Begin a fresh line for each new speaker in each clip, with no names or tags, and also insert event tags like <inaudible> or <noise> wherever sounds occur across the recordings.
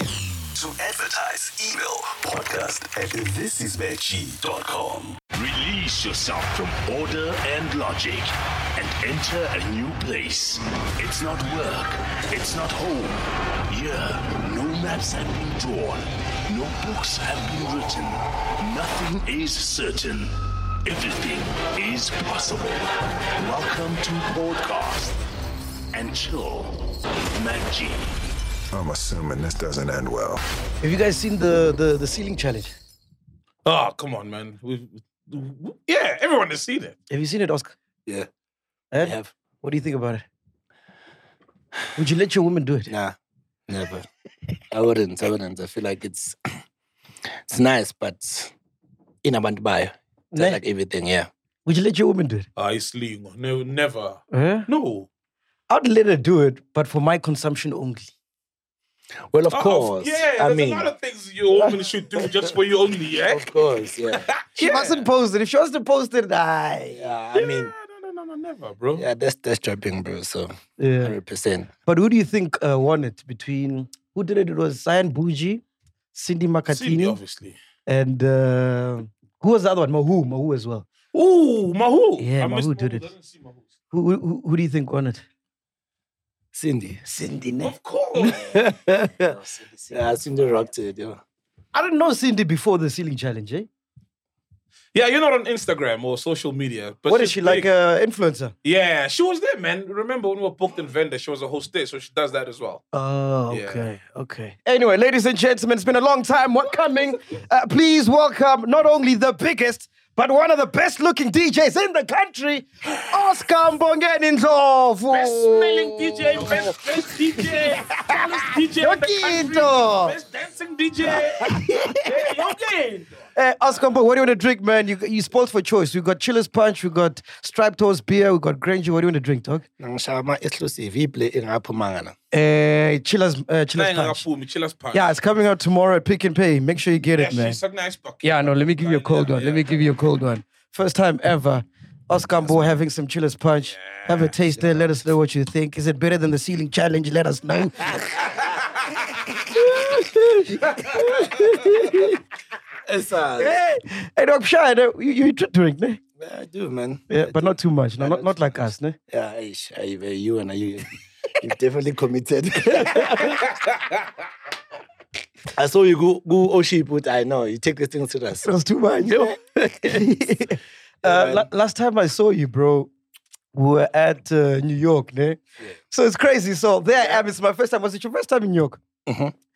to advertise, email podcast at thisisveggie.com.
Release yourself from order and logic and enter a new place. It's not work, it's not home. Here, no maps have been drawn, no books have been written, nothing is certain. Everything is possible. Welcome to Podcast and Chill with Matt G.
I'm assuming this doesn't end well.
Have you guys seen the the, the ceiling challenge?
Oh, come on, man. We've, yeah, everyone has seen it.
Have you seen it, Oscar?
Yeah,
Eh?
I have.
What do you think about it? Would you let your woman do it?
Nah, never. I wouldn't. I wouldn't. I feel like it's <clears throat> it's nice, but in abantu bayo. Just
Ne?
like everything, yeah.
Would you let your woman do it?
I sling. No, never.
Huh?
No.
I'd let her do it, but for my consumption only.
Well, of
Oh,
course.
Yeah,
I
there's
mean,
a lot of things your woman should do just for you <laughs> only, yeah?
of course. Yeah.
She mustn't post it. If she wants to post it, I.
yeah. I mean,
no, no, no, no, never, bro.
yeah. That's that's trapping, bro. So
Yeah.
hundred percent.
But who do you think uh, won it? Between who did it? It was Cyan Bougie, Cindy
Cindy,
Makatini,
obviously.
and uh, who was the other one? Mahu, Mahu as well.
Ooh, Mahu.
Yeah,
I missed
Mahu did it.
I didn't see Mahu.
Who, who, who do you think won it?
Cindy.
Cindy. ne?
Of course.
I
Yeah, Cindy rocked it. Yeah.
don't know Cindy before the ceiling challenge. Eh?
<laughs> yeah, you're not on Instagram or social media. But
What is
she's
she like?
big.
Uh, influencer.
yeah, she was there, man. Remember when we were booked in Venda, she was a hostess, so she does that as well.
Oh,
Yeah.
okay, okay. Anyway, ladies and gentlemen, it's been a long time. What coming? Uh, please welcome not only the biggest, but one of the best looking DJs in the country, Oscar Mbongeni Ndlovu.
Best smelling DJ, best best <laughs> DJ, tallest DJ in the country,
Yokito.
best dancing DJ. okay.
Hey, Eh, Oscar Mbong, what do you want to drink, man? You, you spoiled for choice. We got Chiller's Punch, we got Striped Toast Beer, we got Granger. What do you want to drink, dog?
Nangishaya ama exclusive. He play in Apumangana.
Uh, Chiller's, uh, Chiller's Punch. Yeah, it's coming out tomorrow at Pick and Pay. Make sure you get it, man.
She's a nice bucket.
Yeah, no, let me give you a cold one. Let me give you a cold one. First time ever. Oscar Mbo having some chillers punch. Have a taste there. Let us know what you think. Is it better than the ceiling challenge? Let us know.
Esa.
hey, hey, Doc Shy, no, you, you dr- drink, ne?
I do, man.
Yeah, but not too much. No,
Yeah,
not,
not
not
too
like us, ne?
Yeah, eish, I, I, you and I, you, you've definitely committed. I saw you go, go Oshi, but I know you take this thing serious.
It was too <laughs> much. uh, la- last time I saw you, bro, we were at uh, New York, ne? So it's crazy. So there I am. It's my first time. Was it your first time in New York?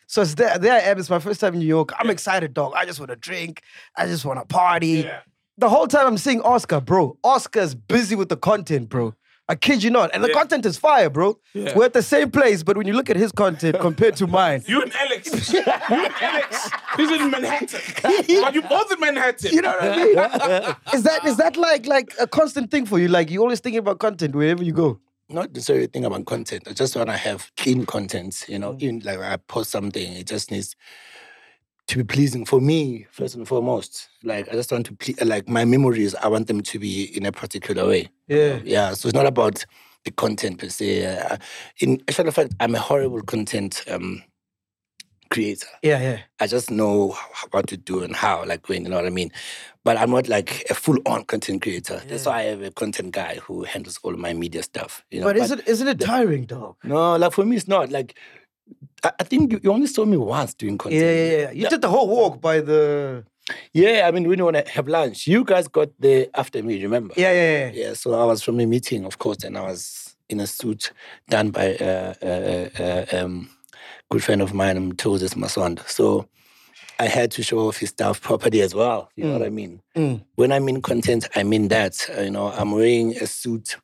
So it's there, there I am. It's my first time in New York. I'm excited, dog. I just want to drink. I just want to party.
Yeah.
The whole time I'm seeing Oscar, bro. Oscar's busy with the content, bro. I kid you not. And the content is fire, bro.
Yeah.
We're at the same place, but when you look at his content compared to mine,
You and
<laughs>
Alex. you and Alex. He's in Manhattan. But you both in Manhattan.
You know what I mean? <laughs> is that is that like like a constant thing for you? Like you always thinking about content wherever you go.
<laughs> Not necessarily think about content. I just want to have clean content. You
Mm.
know, even like I post something, it just needs to be pleasing for me first and foremost. Like I just want to ple- like my memories. I want them to be in a particular way.
Yeah.
yeah. So it's not about the content per se. Uh, in actual fact, I'm a horrible content um, creator.
Yeah, yeah.
I just know h- what to do and how, like when you know what I mean. But I'm not like a full-on content creator. That's why I have a content guy who handles all my media stuff. You know,
But isn't isn't it tiring, dog?
no, like for me, it's not like. I I think you- you only saw me once doing
Yeah,
content.
yeah, yeah. You did the whole walk by the
Yeah, I mean, we don't want to have lunch. You guys got there after me, remember?
Yeah, yeah, yeah.
Yeah, so I was from a meeting, of course, and I was in a suit done by a uh, uh, uh, um, good friend of mine, um, Moses Maswanda. So I had to show off his stuff properly as well. You know what I mean?
Mm.
When I mean content, I mean that. uh, You know, I'm wearing a suit,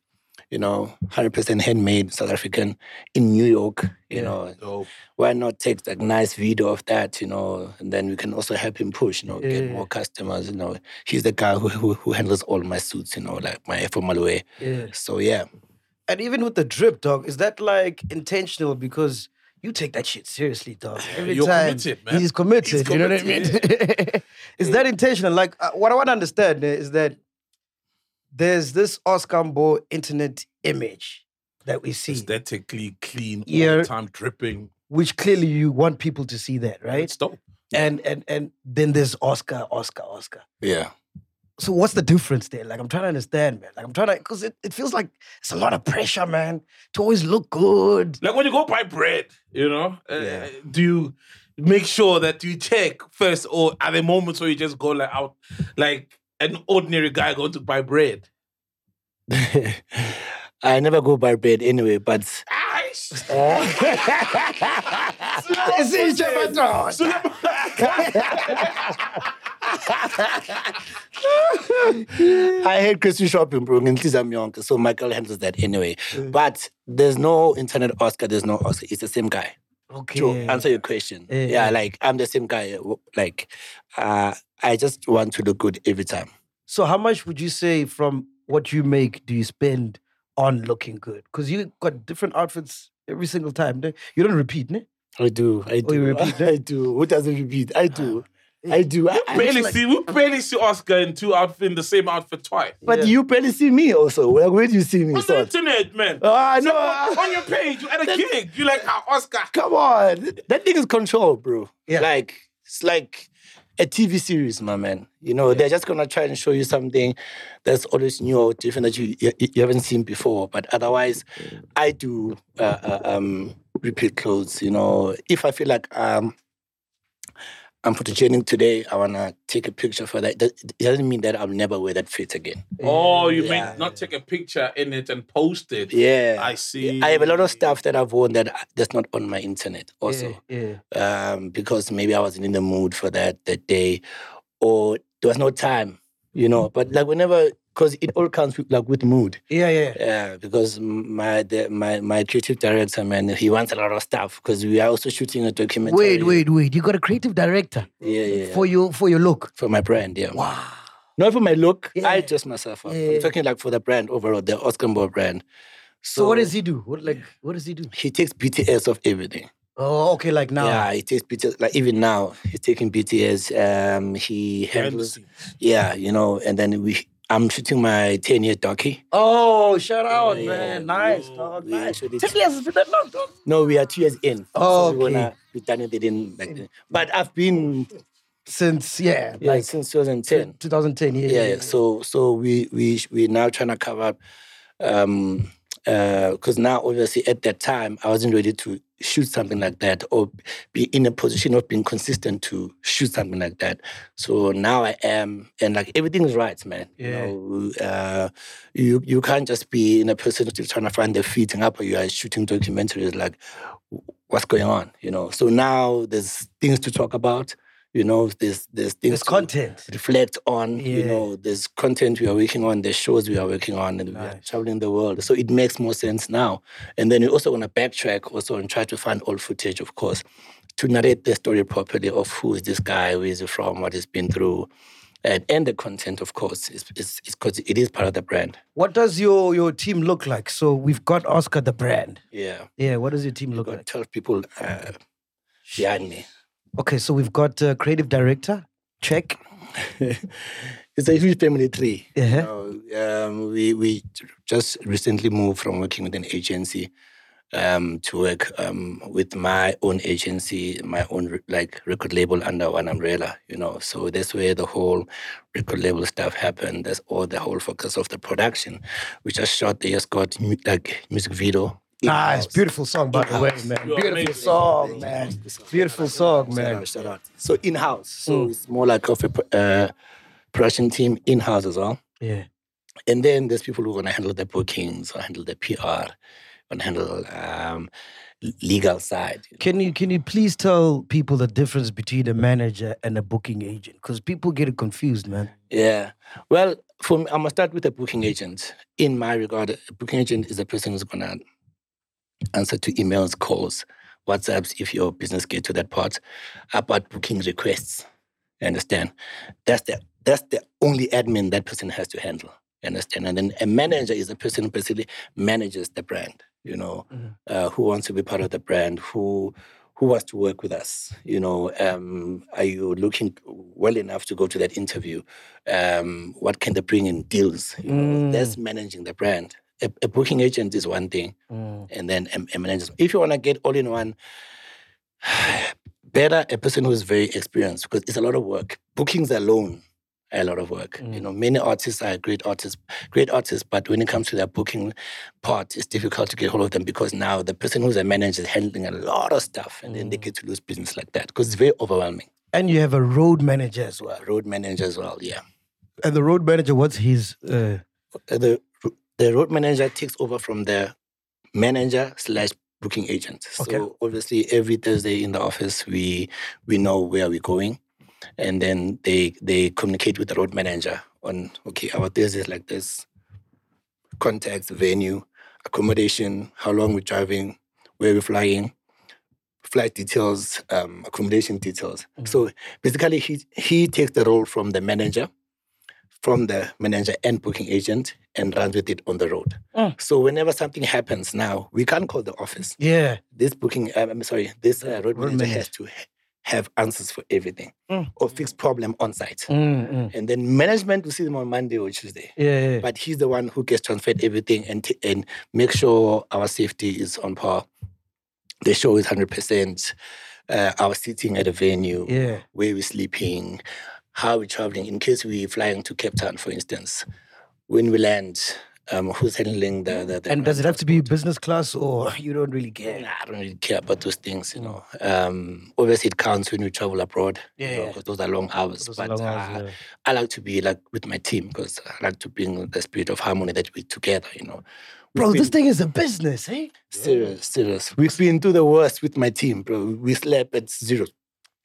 you know, 100% handmade South African in New York. You know,
Dope.
why not take like nice video of that? You know, and then we can also help him push. You know, get
Yeah.
more customers. You know, he's the guy who, who who handles all my suits. You know, like my formal wear.
Yeah.
So yeah,
And even with the drip, dog, is that like intentional because you take that shit seriously, dog. Every
you're
time
committed, man.
he's committed. you know what I mean? <laughs> is that intentional? Like, uh, what I want to understand eh, is that there's this Oscar Mbo internet image that we see.
Aesthetically clean, all
Yeah.
the time dripping.
which clearly you want people to see that, right?
It's dope.
And and and then there's Oscar, Oscar, Oscar.
Yeah.
So what's the difference there? Like I'm trying to understand, man. Like I'm trying to because it, it feels like it's a lot of pressure, man, to always look good.
Like when you go buy bread, you know, uh, do you make sure that you check first, or are there moments where you just go like out, like an ordinary guy going to buy bread?
I never go by bread anyway, but <laughs> Eh?
Is it Jabba
<laughs> I hate Christian shopping, bro. And these I'm young, so Michael handles that anyway. But there's no internet Oscar, there's no Oscar. It's the same guy.
Okay.
to answer your question.
Yeah,
Yeah,
yeah.
like I'm the same guy. w- Like uh, I just want to look good every time.
So how much would you say from what you make do you spend on looking good? Because you got different outfits every single time. ne? You don't repeat, ne?
I do. I
Oh, you
do.
repeat
<laughs>
Ah.
I do. Who doesn't repeat? I do. I do. I, I-
Barely see,
uh,
we barely see Oscar in two outfit in the same outfit twice.
but you barely see me also. Like, where do you see me?
On the
So,
internet, man.
Uh,
ah,
So
no.
on your page, you
<laughs>
at a gig, you like ah, Oscar.
Come on. That thing is control, bro.
Yeah.
Like it's like a TV series, my man. You know, they're just gonna try and show you something that's always new or different that you you, you haven't seen before. But otherwise, I do uh, uh, um, repeat clothes. You know, if I feel like um, I'm photogenic today, I wanna take a picture for that. that it doesn't mean that I'll never wear that fit again.
Oh, you
Yeah.
mean not take a picture in it and post it?
Yeah.
I see.
I have a lot of stuff that I've worn that uh, that's not on my internet. Also,
yeah, yeah.
um, because maybe I wasn't in the mood for that that day, or there was no time, you know. But like whenever, because it all comes with, like with mood.
yeah, yeah.
Yeah, because m- my the, my my creative director man, he wants a lot of stuff because we are also shooting a documentary.
Wait, wait, wait. You got a creative director
yeah, yeah,
for your for your look.
for my brand, yeah. Wow. Not for my look.
Yeah.
I dress myself up.
Yeah.
I'm talking like for the brand overall, the Oscar Ball brand.
So, what does he do? What like what does he do?
He takes BTS of everything.
Oh, okay, like now.
Yeah, he takes BTS. Like even now, he's taking BTS. Um, he handles. Yeah, you know, and then we. I'm shooting my 10 year docu.
Oh, shout out,
Yeah,
man.
yeah.
Nice, dog.
We
Nice.
actually-
Ten years has been that long, dog.
No, we are two years in.
Oh,
we
okay.
wanna be done with it in like, the- But I've been
Since yeah,
like
like
since 2010.
2010. Yeah,
Yeah, yeah. So so we we sh- we now trying to cover up, um, because now obviously at that time I wasn't ready to shoot something like that or be in a position of being consistent to shoot something like that. So now I am, and like everything is right, man.
Yeah.
You know, uh, you you can't just be in a position to trying to find the fitting up, or you are shooting documentaries like what's going on, you know. So now there's things to talk about. You know, there's there's things
It's
to-
content.
reflect on
Yeah.
you know there's content we are working on there's shows we are working on and we are traveling the world so it makes more sense now and then we also want to backtrack also and try to find all footage of course to narrate the story properly of who is this guy where is he from what he's been through and, and the content of course is is because it is part of the brand
What does your your team look like? So we've got Oscar the brand.
yeah
Yeah, what does your team look
got
like?
12 people uh, behind me
Okay, so we've got uh, creative director. Check.
it's a huge family tree
Uh-huh.
know, um, we we just recently moved from working with an agency um, to work um, with my own agency, my own re- like record label under one umbrella. You know, so that's where the whole record label stuff happened. That's all the whole focus of the production. We just shot the just got mu- like music video.
Nice, Ah, beautiful song, by the way, man.
You're
Beautiful
amazing.
song, man. Beautiful song,
Shout
man. Mm.
out, shout out. So in house, so it's more like of a pro- uh, production team in house as well.
Yeah.
And then there's people who are going to handle the bookings, or handle the PR, and handle um, l- legal side.
Can you can you please tell people the difference between a manager and a booking agent? Because people get it confused, man.
Yeah. Well, for me, I'm gonna start with a booking agent. In my regard, a booking agent is the person who's gonna answer to emails, calls, WhatsApps, if your business get to that part, about booking requests. You understand? That's the that's the only admin that person has to handle. You understand? And then a manager is the person who basically manages the brand. You know, uh, who wants to be part of the brand? Who who wants to work with us? You know, um, are you looking well enough to go to that interview? Um, what can they bring in deals? You know, That's managing the brand. A, a booking agent is one thing, and then a, a manager. If you want to get all in one better a person who's very experienced because it's a lot of work. Bookings alone are a lot of work. You know, many artists are great artists, great artists, but when it comes to their booking part, it's difficult to get hold of them because now the person who's a manager is handling a lot of stuff and then they get to lose business like that because it's very overwhelming
And you have a road manager as
as well. Road manager as well, yeah.
well. And the road manager, what's his? Uh,
Uh, the the road manager takes over from the manager slash booking agent.
Okay.
So obviously every Thursday in the office we we know where we're going, and then they they communicate with the road manager on okay our Thursday is like this, contacts, venue, accommodation, how long we're driving, where we're flying, flight details, um, accommodation details. So basically he he takes the role from the manager from the manager and booking agent and runs with it on the road. So whenever something happens now, we can't call the office.
yeah,
This booking, um, I'm sorry, this uh, road manager has to ha- have answers for everything or fix problem on site.
Mm.
And then management will see them on Monday or Tuesday.
yeah, yeah.
But he's the one who gets transferred everything and t- and make sure our safety is on par. The show is hundred percent. Uh, our seating at a venue,
Yeah.
where we're sleeping, how we're traveling. In case we're flying to Cape Town, for instance, when we land, um, who's handling the the, the
and does it have to be business class or you don't really care?
Nah, I don't really care about those things, you know. Um, obviously, it counts when you travel abroad,
Yeah,
you know,
yeah.
'cause those are long hours.
Those are
but
long hours,
uh,
yeah.
I like to be like with my team because I like to bring the spirit of harmony that we're together, you know. We've
Bro, this
been-
thing is a business, eh?
serious, serious. We've been through the worst with my team, bro. We slept at zero,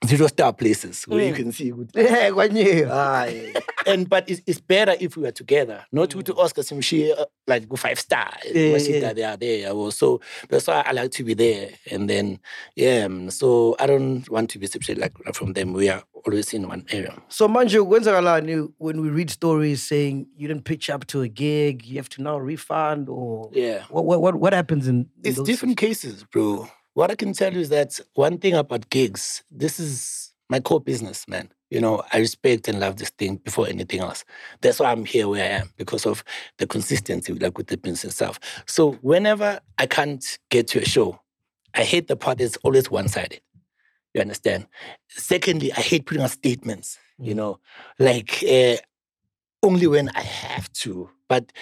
zero star places where you can see good.
<laughs> Yeah, one year.
Aye. and but it's, it's better if we are together. Not to to Oscar Simshi uh, like go five star.
Yeah,
Yeah,
yeah.
They are there. Well, so that's why I like to be there. And then yeah, um, so I don't want to be separated like from them. We are always in one area.
So Manju, when's knew when we read stories saying you didn't pitch up to a gig, you have to now refund or
Yeah.
what what what, what happens in, in
It's
those-
different cases, bro. What I can tell you is that one thing about gigs, this is my core business, man. You know, I respect and love this thing before anything else. That's why I'm here where I am because of the consistency, like with the business itself. So whenever I can't get to a show, I hate the part that's always one-sided. You understand? Secondly, I hate putting out statements. You know, like uh, only when I have to. But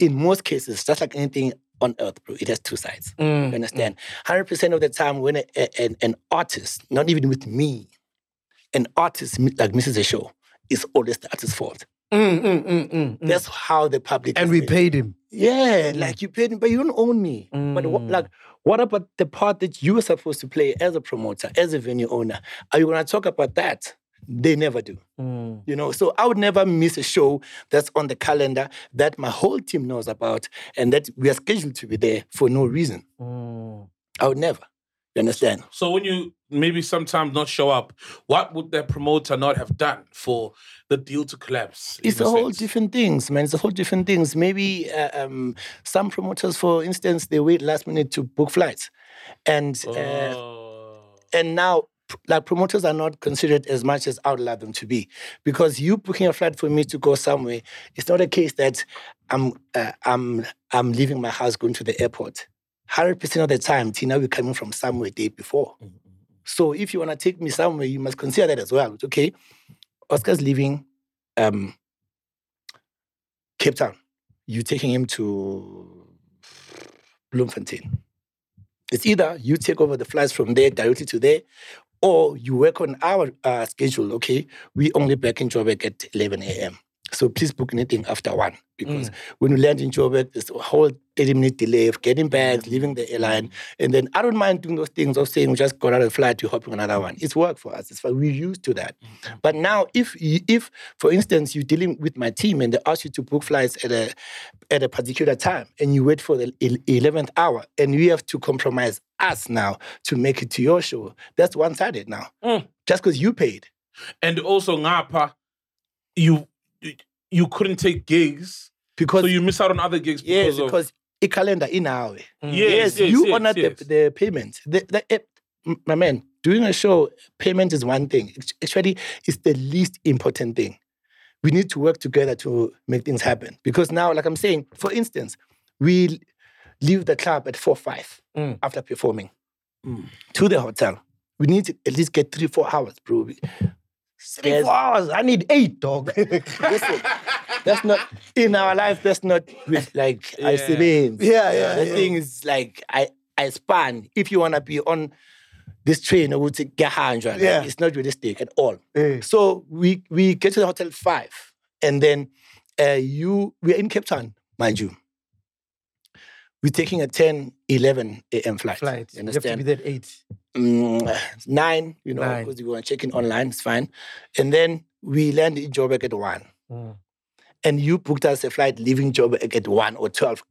in most cases, just like anything on earth, bro, it has two sides.
Mm,
You understand? Hundred percent of the time, when a, a- an an artist, not even with me, an artist mi- like misses a show, it's always the artist's fault.
Mm, mm, mm, mm, mm.
That's how the public
And
is
we
made.
paid him.
Yeah, like Mm. you paid me, but you don't own me. But what, like, what about the part that you were supposed to play as a promoter, as a venue owner? Are you gonna talk about that? They never do. You know, so I would never miss a show that's on the calendar that my whole team knows about and that we are scheduled to be there for no reason. I would never. You understand?
So when you maybe sometimes not show up, what would the promoter not have done for the deal to collapse? in
It's a
the
whole
sense?
different things, man. It's a whole different things. Maybe uh, um, some promoters, for instance, they wait last minute to book flights, and uh,
Oh.
and now p- like promoters are not considered as much as I would love them to be because you booking a flight for me to go somewhere it's not a case that I'm uh, I'm I'm leaving my house going to the airport 100% of the time Tina we're coming from somewhere day before so if you want to take me somewhere you must consider that as well okay Oscar's leaving um Cape Town you taking him to Bloemfontein it's either you take over the flights from there directly to there, or you work on our uh, schedule. Okay, we only back in Joburg at 11 a.m. So please book anything after one because when you land in Joburg, there's a whole 30 minute delay of getting back, leaving the airline. And then I don't mind doing those things of saying we just got out of the flight, we're hopping on another one. It's work for us. It's fine. We're used to that.
Mm-hmm.
But now if you, if for instance you're dealing with my team and they ask you to book flights at a at a particular time and you wait for the el- 11th hour and you have to compromise us now to make it to your show that's one-sided now
Mm.
just because you paid
And also Ngapa, you you- you couldn't take gigs,
because
so you miss out on other gigs
yeah
because,
because, a calendar in our way
of yes, yes,
Mm. you
yes,
honored
yes.
The, the payment the, the, eh, m- my man doing a show payment is one thing Act- actually it's the least important thing we need to work together to make things happen because now like i'm saying for instance we
Mm.
leave the club at 4-5 after performing to the hotel We need to at least get three, four hours, bro.
Three, four hours. Oh, I need eight,
<laughs>
dog.
Listen, that's not in our life. That's not
<laughs>
with, like I see mean.
Yeah, yeah,
The
yeah.
thing is like I I span. If you wanna be on this train, I would say Gahanjwa.
Yeah.
it's not realistic at all.
Eh.
So we we get to the hotel five, and then uh, you we're in Cape Town, mind you. We're taking a 10, 11 a.m. flight.
Flight.
You
You have to
understand?
be there at eight.
mm, nine, you know,
Nine.
because you want to check in online, it's fine. And then we land in Joburg at one. And you booked us a flight leaving Joburg at one or 12,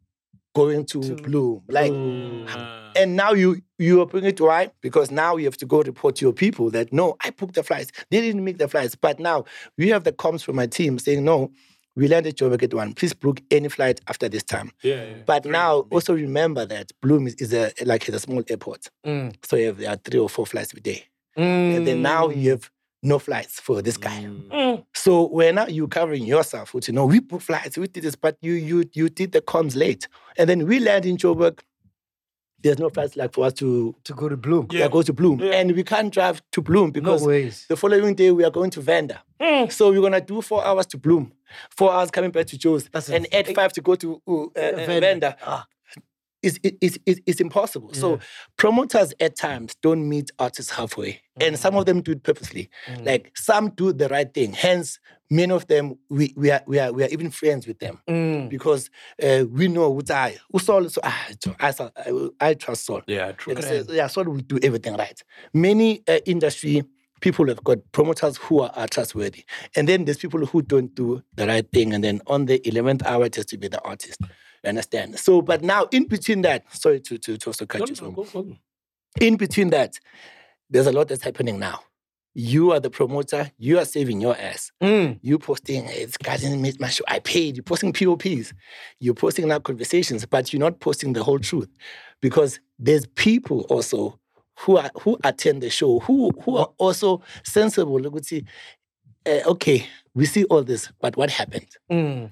going to Bloom. Like,
Mm.
and now you you are bringing it why? Because now you have to go report to your people that no, I booked the flights. They didn't make the flights, but now we have the comms from my team saying no. We landed Joburg at one. Please book any flight after this time.
Yeah, yeah.
But now also remember that Bloom is, is a like is a small airport. So you have there are three or four flights per day. And then now
Mm.
you have no flights for this guy. So when now you covering yourself, which you know, we book flights, we did this, but you you you did the comms late. And then we land in Joburg. There's no flights like for us to
To go to Bloom.
yeah. go to Bloom. And we can't drive to Bloom
No
because
ways.
the following day we are going to Vanda. So we're gonna do four hours to Bloom, four hours coming back to Joe's,
That's a
and at
big- Ah.
five to go to uh, uh, uh,
Venda.
Vanda. It's, it- it's, it's, it's impossible. So promoters at times don't meet artists halfway. And some
Mm.
of them do it purposely. Like some do the right thing. Hence, many of them, we, we, are, we, are, we are even friends with them
Mm.
because uh, we know what I, Saul, so, ah, I, I, I trust Saul.
Yeah, true.
And so, yeah, so we do everything right. Many uh, industry people have got promoters who are, are trustworthy, and then there's people who don't do the right thing, and then on the eleventh hour, it has to be the artist. You understand? So, but now in between that, sorry to to to also cut
No,
you.
no,
Some.
go, go.
In between that, there's a lot that's happening now. You are the promoter. You are saving your ass. You posting "Hey, this guy didn't meet my show. I paid. You're posting POPs. You're posting now conversations, but you're not posting the whole truth because there's people also who are who attend the show who who are also sensible. Look, would see, uh, okay, we see all this, but what happened?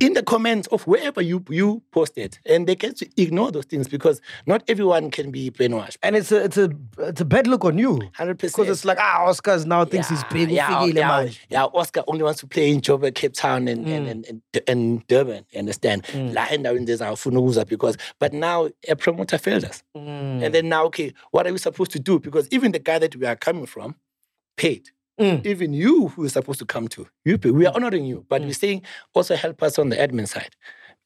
in the comments of wherever you you posted, and they can ignore those things because not everyone can be brainwashed.
And it's a it's a it's a bad look on you.
Hundred
Because
percent.
it's like, ah, Oscar's now thinks he's big.
Yeah,
figile
yeah,
manje.
yeah, Oscar only wants to play in Joburg, Cape Town, and
Mm.
and, and, and, Du- and Durban. you Understand? La endaweni lezi awufuni ukuza because, but now a promoter failed us,
Mm,
and then now okay, what are we supposed to do? Because even the guy that we are coming from paid.
Mm.
Even you who is supposed to come to, you pay. We are honoring you,
Mm.
but we're saying also help us on the admin side.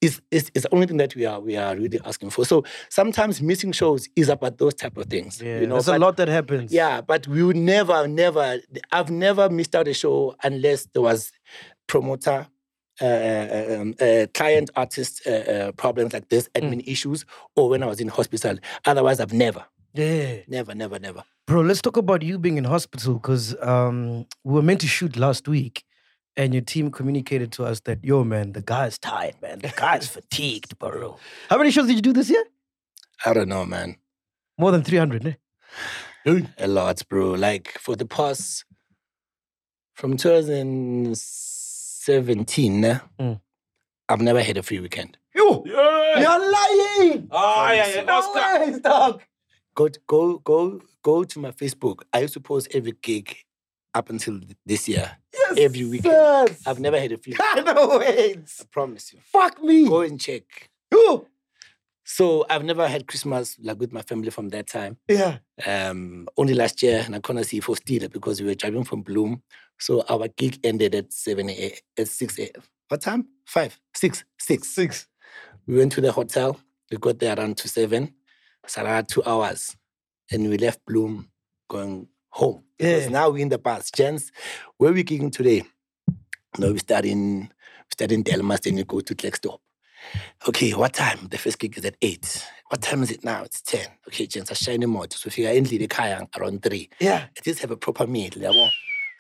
Is is is the only thing that we are we are really asking for. So sometimes missing shows is about those type of things.
Yeah,
you know,
there's a
but-
lot that happens.
yeah, but we would never, never. I've never missed out a show unless there was promoter, uh, um, uh, client, artist uh, uh, problems like this, admin issues, or when I was in hospital. Otherwise, I've never,
Yeah.
never, never, never.
Bro, let's talk about you being in hospital because um, we were meant to shoot last week, and your team communicated to us that, yo, man, the guy's tired, man. The guy's fatigued, bro. How many shows did you do this year?
I don't know, man.
More than eh? 300, ne?
A lot, bro. Like for the past from 2017, eh,
Mm.
I've never had a free weekend.
Yo!
Yeah.
You're lying!
Ah, yeah, yeah.
No
Oscar.
ways, dog.
Go, go, go, go to my Facebook. I used to post every gig up until th- this year.
Yes,
Every weekend.
sirs.
I've never had a free weekend.
<laughs> no ways.
I promise you.
Fuck me.
Go and check.
Yo!
So I've never had Christmas like with my family from that time.
Yeah.
Um, only last year, and I couldn't see for Steeler because we were driving from Bloom. So our gig ended at seven a.m. at six a.m. What time? Five, six, six.
Six.
We went to the hotel. We got there around two seven. So around two hours, and we left Bloom going home. Because
Yeah.
now we're in the past. Gents, where we gigging today? No, we start in we start in Delmas, then you go to Klexdorp. Okay, what time? The first gig is at eight. What time is it now? It's ten. Okay, gents, I shine them out. So if you are in the Kaya around three,
Yeah.
at least have a proper meal. yabo.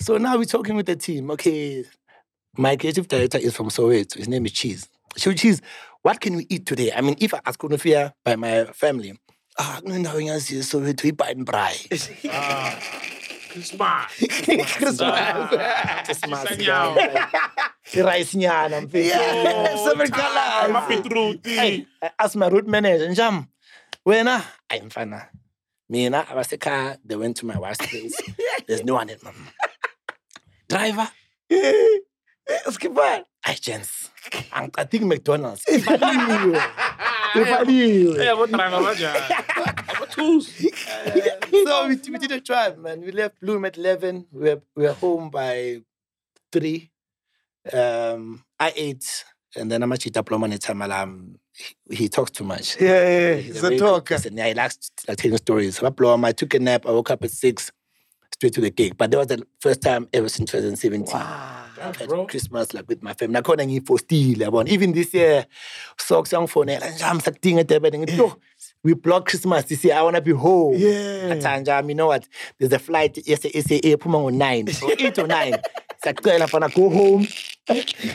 So now we're talking with the team. Okay, my creative director is from Soweto. His name is Cheese. So Cheese, what can we eat today? I mean, if I ask Konofia by my family, ah, no, no, yes, yes, Soweto, we buy and braai. <laughs>
Smart.
Christmas. Christmas.
Just like
yeah.
now.
The rice nyan, I'm thinking. <laughs>
Yeah. Seven
I'm
colors.
happy through.
Hey, I asked my road manager, Njam, when I- I'm fine. now." Me and I was the car. They went to my wife's <laughs> place. There's no one in my driver.
Skipper.
Agents. I I think McDonald's. If I knew you. If I knew you.
Yeah, what driver was What tools?
so we, we didn't drive, man. We left Bloom at 11. We were, we were home by 3. Um, I ate, and then I'm actually diploma in Tamalam. He, he talks too much.
Yeah, yeah, yeah.
He's
He's
a
a
very good
talker.
person. Yeah, he likes like, telling stories. So I blow him. I took a nap. I woke up at 6, straight to the gig. But that was the first time ever since 2017. I've had
Bro.
Christmas like with my family. I call them for still. yabona. Even this year, socks on phone. I'm sitting at the We block Christmas this year. I want to be home.
Yeah.
Atanja, you know what? There's a flight yesterday, SAA, Puma on nine, or eight or nine. Sakuela, I want to go home.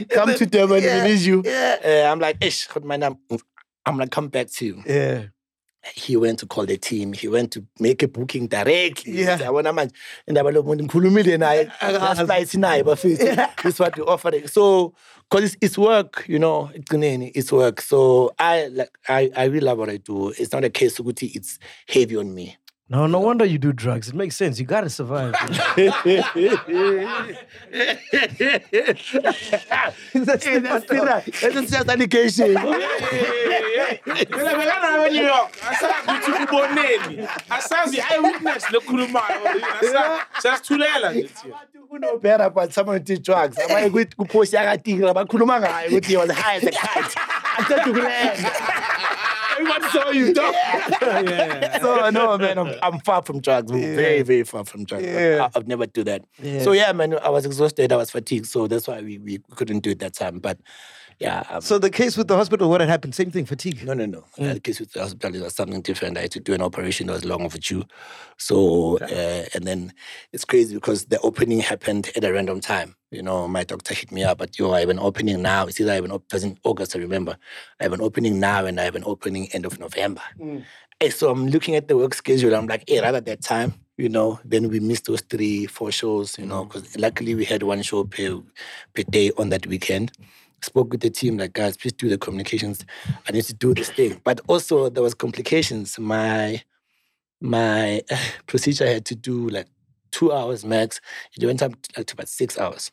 Come to Durban,
Yeah,
we need you.
<laughs> yeah.
Uh, I'm like, ish, hold my name. I'm gonna come back to you.
Yeah.
He went to call the team. He went to make a booking directly.
Yeah.
Yabona manje, indaba lo muntu ngikhulumile naye. That's flight naye bafisi. <laughs> This is what we offering. So, cause it's, it's work, you know, ekugcineni, it's work. So I like I I really love what I do. It's not a case ukuthi it's heavy on me.
No, no wonder you do drugs. It makes sense. You gotta <laughs> survive. That's the-
That's still a- that's just allegation.
New York. Asa buti kuboneni. Asa zi eyewitness lekhuluma. Asa sasithulela nje thina.
better but someone did drugs abaye kuthi kuphoshi yakatira bakhuluma ngayo ukuthi he was high as a kite aceda ukulenda everybody saw you dog so no man I'm, I'm far from drugs I'm very very far from drugs
Yeah.
I, I've never do that
Yeah.
so yeah man I was exhausted I was fatigued so that's why we, we couldn't do it that time but yeah um,
so the case with the hospital, what had happened? Same thing, fatigue.
no, no, no. In that case with the hospital, it was something different. I had to do an operation that was long overdue. So, uh, and then it's crazy because the opening happened at a random time. You know, my doctor hit me up, but yo, I have an opening now. It's either I have an opening in August, I remember. I have an opening now and I have an opening end of November. And so I'm looking at the work schedule. I'm like, hey, right at that time, you know, then we missed those three, four shows, you know, because luckily we had one show per, per day on that weekend. Spoke with the team, like, guys, please do the communications. I need to do this thing. But also there was complications. My my <laughs> procedure I had to do like two hours max. It went up to, like, to about six hours.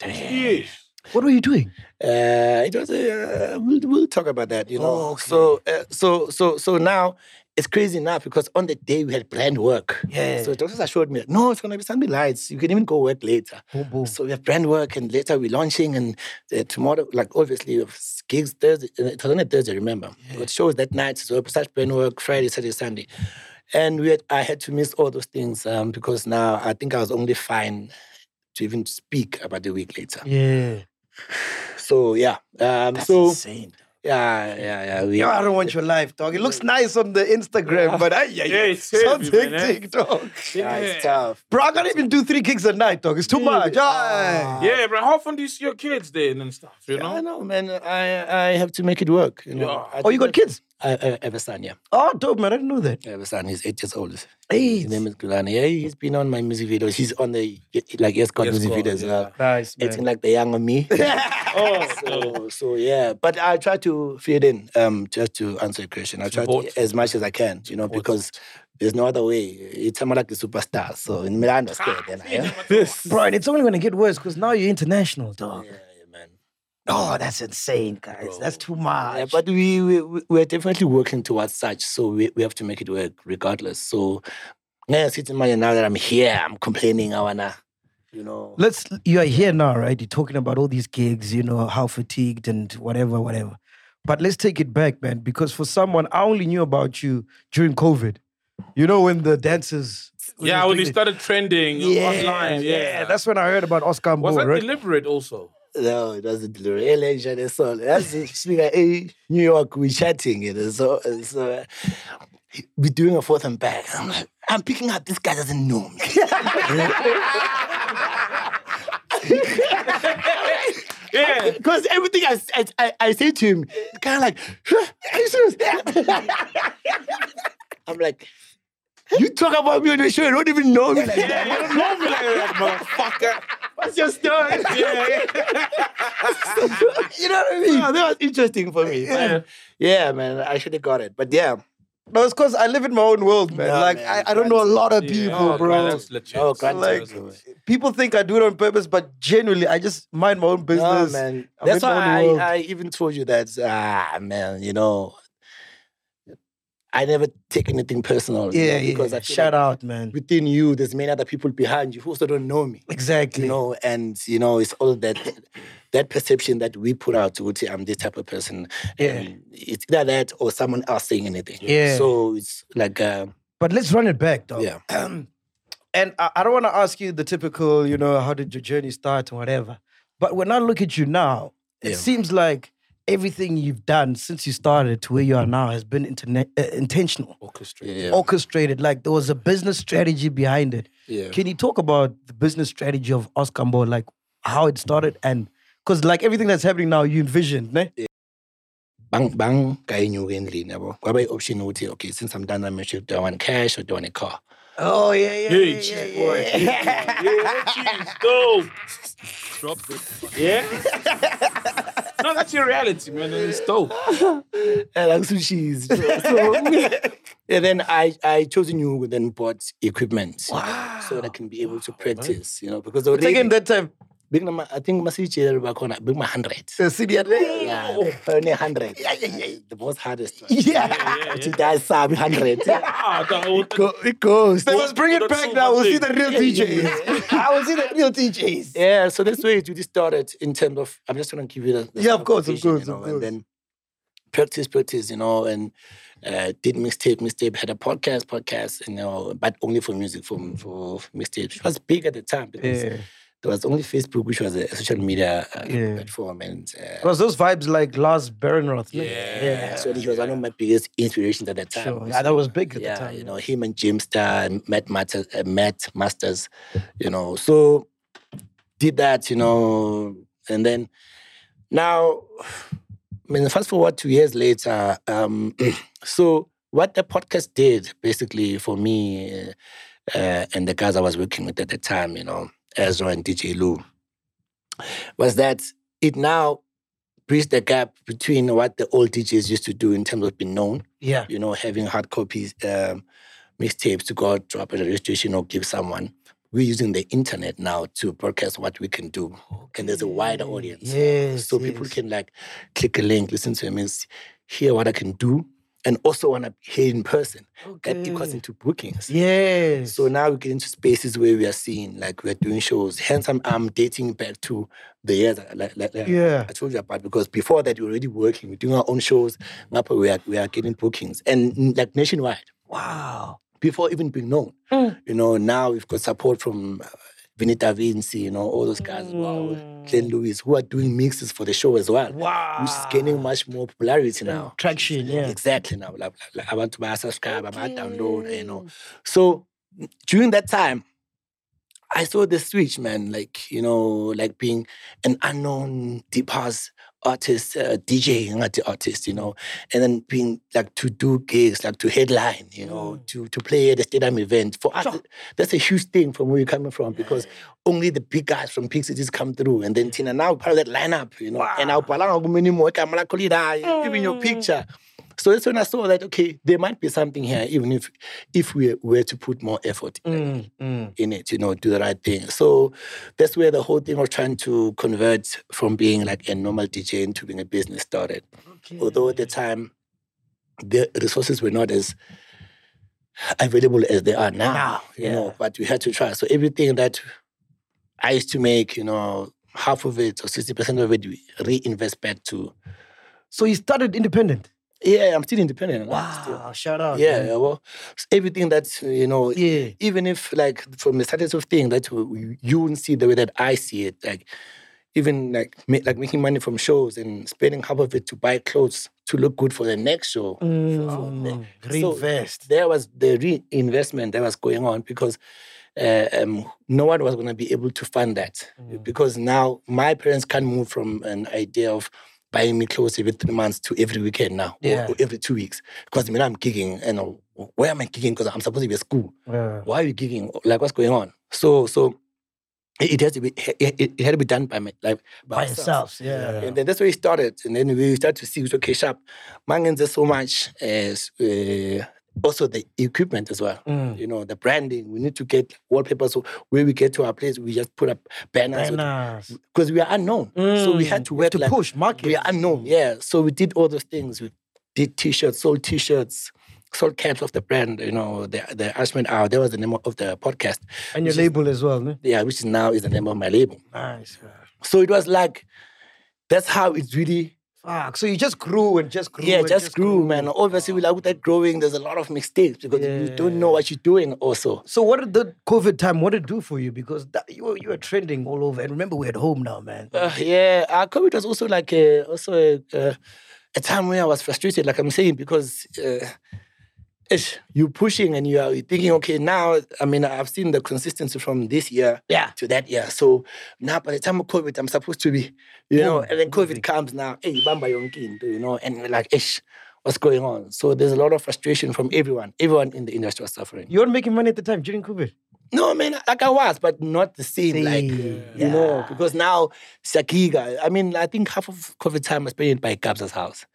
What were you doing?
Uh, it was. Uh, we'll, we'll talk about that. You know. So uh, so so so now it's crazy enough because on the day we had planned work. Yeah. So doctors assured me, no, it's gonna be Sunday lights. You can even go work later.
Boom, boom.
So we have brand work, and later we're launching, and uh, tomorrow, like obviously, we have s- gigs Thursday. uh, It was on a Thursday, remember? It was shows that night, so such brand work Friday, Saturday, Sunday, and we had, I had to miss all those things um, because now I think I was only fine to even speak about the week later.
Yeah.
So yeah, um, so
insane.
yeah, yeah, yeah. We,
Yo, I don't want your life, dog. It looks nice on the Instagram, but I, yeah,
Yeah, it's heavy,
sounds
man,
hectic, dog.
yeah, it's tough.
Bro, I can't even do three gigs a night, dog. It's too much. Aye.
Yeah, bro. How often do you see your kids then and stuff? You know.
I know, man. I I have to make it work. You know.
Yeah.
I
Oh, you got
think
kids?
I, I I have a son. Yeah,
Oh, dope, man. I didn't know that.
I have a son. He's eight years old.
Hey,
His name is Kulani. Yeah, he's been on my music videos. He's on the like Yes God
Yes
music
God,
videos. as
yeah.
well.
nice,
Acting like the younger
<laughs>
me. <laughs>
Oh,
so, so yeah, but I try to fit in. Um, just to answer your question, I try to,
important.
as much as I can. You know, because there's no other way. It's I'm like a superstar, so in I understand. and I
<laughs>
am.
Bro, and it's only going to get worse because now you're international, dog.
Yeah, yeah, man.
Oh, that's insane, guys. That's too much.
Yeah, Uh, but we, we we- we are definitely working towards such, so we, we have to make it work regardless. So yeah, sitting man, now that I'm here, I'm complaining. I wanna, you know.
Let's. You are here now, right? You're talking about all these gigs, you know, how fatigued and whatever, whatever. But let's take it back, man, because for someone, I only knew about you during COVID. You know, when the dancers.
Yeah, when it
they-
started trending online. Yeah,
that's when I heard about Oscar
was
Mbo,
that
right?
deliberate also.
No, it doesn't deliver. LA shot us all. That's the speaker A New York, we chatting, you know. So so we doing a fourth and back. I'm like, I'm picking up this guy doesn't know me. <laughs>
Yeah,
Because everything I, I, I, I say to him, kind of like, "Huh? Are you serious?" <laughs> I'm like, you talk about me on the show, you don't even know me like that.
you don't know me like that, motherfucker.
What's your story?
Yeah,
<laughs> you know what I mean? No, that was interesting for me. Yeah,
Yeah.
yeah man, I should have got it. But yeah,
No, it's because I live in my own world, man.
Nah,
like
man,
I, I don't know a lot of
Yeah.
people,
Oh,
bro.
man, that's legit.
Oh, God,
Like-
that's good.
people think I do it on purpose, but genuinely, I just mind my own
Nah,
business.
man.
I'm
That's
in
why
my own world.
I, I even told you that, ah, man, you know, I never take anything personal. you
yeah,
know,
yeah.
Because I feel
Shout
like
out, man.
Within you, there's many other people behind you who also don't know me.
Exactly.
You know, and you know, it's all that that perception that we put out to I'm this type of person.
Yeah.
And it's either that or someone else saying anything.
Yeah.
So it's like uh,
But let's run it back, though.
yeah.
And I, I don't want to ask you the typical, you know, how did your journey start or whatever. But when I look at you now,
Yeah.
it seems like everything you've done since you started to where you are now has been interne- uh, intentional,
Orchestrate.
Yeah.
Oh. orchestrated. Like there was a business strategy behind it.
yeah.
Can you talk about the business strategy of Oscar Mbo, like how it started and because like everything that's happening now, you envisioned, ne?
bang bang ngayinyuka endlini yabo kwaba i-option ukuthi okay since i'm done i'm sure do i want cash or do i want a car
Oh yeah, yeah,
Hey, cheese boy. Yeah, cheese, go. Yeah. no, that's your reality, man. And it's dope.
Eh,
and like sushis
<laughs>
<laughs> so, and then i i chose inyuka then bought equipment you know, so that i can be able to practice you know because already
Taking that time,
big number i think masiyijela bakhona big ma 100
the city had-
yeah
Oh.
<laughs> only 100 yeah, yeah, yeah. the most hardest one.
yeah.
uthi that's some
<laughs>
100
Ah, that-
Go- it goes
They must bring it
That's
back
so
now. We'll see the
much.
real DJs. <laughs> I will see the real DJs.
Yeah, so that's where it really started in terms of I'm just gonna give you the, the
Yeah, of course, of
vision,
course,
you know,
of
and
course.
then practice, practice, you know, and uh, did mixtape, mixtape, had a podcast, podcast, you know, but only for music, for for mixtapes. It was big at the time because
Yeah.
there was only Facebook, which was a social media uh,
Yeah.
platform, and uh,
Because those vibes like Lars Berenroth. Yeah.
yeah, so he was one of my biggest inspirations at that time.
Sure. Yeah, that was big at
yeah,
the time.
you know, him and James Starr, and Matt Masters, uh, Matt Masters, you know. So did that, you know, and then now, I mean, fast forward two years later. Um, <clears throat> so what the podcast did basically for me uh, and the guys I was working with at the time, you know, Ezra and DJ Lou, was that it now bridged the gap between what the old DJs used to do in terms of being known
Yeah.
you know, having hard copies, um, mixtapes to go out, drop at a registration or give someone. We're using the internet now to broadcast what we can do. And there's a wider audience. now.
Yes,
So people
yes.
can like click a link, listen to a mix, hear what I can do, and also want to hear in person. That equals
Okay.
into bookings.
Yes.
So now we get into spaces where we are seeing, like we're doing shows. Hence, I'm, I'm dating back to the years, I- like, like, like
Yeah.
I told you about, because before that, we were already working, we're doing our own shows. Now we are, we are getting bookings and mm, like nationwide
wow. Mm.
before even being known. You know, now we've got support from uh, Vinita Vinci, you know, all those guys, as well,
Mm.
Glenn Lewis, who are doing mixes for the show as well.
Wow.
Which is gaining much more popularity now.
Traction, yeah.
Exactly now. Like, like, I want to buy, subscribe, I might download, you know. So during that time, I saw the switch, man, like, you know, like being an unknown deep house artist, uh, DJ, not the artist, you know, and then being like to do gigs, like to headline, you know, to, to play at a stadium event. For us, that's a huge thing from where you're coming from because only the big guys from big cities come through. And then Tina, now part of that lineup, you know, and I'll ah, even your picture. So that's when I saw that, okay, there might be something here, even if if we were to put more effort
Mm, mm.
in it, you know, do the right thing. So that's where the whole thing of trying to convert from being like a normal DJ into being a business started. Although at the time, the resources were not as available as they are now, you know, but we had to try. So everything that I used to make, you know, half of it or 60% of it, we reinvest back to,
So you started independent.
yeah, I'm still independent. I'm still-
Wow. Shout out.
yeah,
man.
yeah, well, s- everything that's, you know, e,
Yeah.
even if like from the status of thing that w- w- you wouldn't see the way that I see it, like even like ma- like making money from shows and spending half of it to buy clothes to look good for the next show. Oh,
Mm, reinvest.
So there was the reinvestment that was going on because uh, um, no one was going to be able to fund that
Mm.
because now my parents can't move from an idea of buying me clothes every three months to every weekend now or-
Yeah.
or, every two weeks because I mean I'm gigging and uh, where am I gigging because I'm supposed to be at school
Yeah.
why are you gigging? Like, what's going on? So, so it, it has to be, it, it- it had to be done by me, like
By
by,
yourselves.
ourselves.
Yeah.
And then that's where it started. And then we start to see, okay, sharp, man, there's so much as uh, also the equipment as well.
Mm.
You know, the branding. We need to get wallpapers. So where we get to our place, we just put up banners.
Banners.
Because we are unknown. So we had to work
Mm. to
like-
push, market. Mm.
We are unknown. Yeah. So we did all those things. We did t-shirts, sold t-shirts, sold caps of the brand, you know, the the Ashman Hour. That was the name of the podcast.
And your label as well, no?
Yeah, which is now is the name of my label.
Nice, man.
So it was like that's how it's really
Fuck. So you just grew and just grew.
yeah,
and
just, grew, man. Obviously, like with that growing, there's a lot of mistakes because you don't know what you're doing. Also,
So what did the COVID time? What did it do for you? Because that, you were, you were trending all over. And remember, we're at home now, man.
Uh, yeah, uh, COVID was also like a, also a, uh, a time where I was frustrated, like I'm saying, because uh, ish, you're pushing and you are you're thinking, okay, now I mean I've seen the consistency from this year
Yeah.
to that year, so now by the time of COVID, I'm supposed to be, you know, and then COVID comes now, hey, bamba yonkin, you know, and we're like, ish, what's going on? So there's a lot of frustration from everyone. Everyone in the industry was suffering.
You weren't making money at the time during COVID.
No, man, like I was, but not the same. Like
Same.
you know, because now Sakiga. I mean, I think half of COVID time I spent by Gabza's house.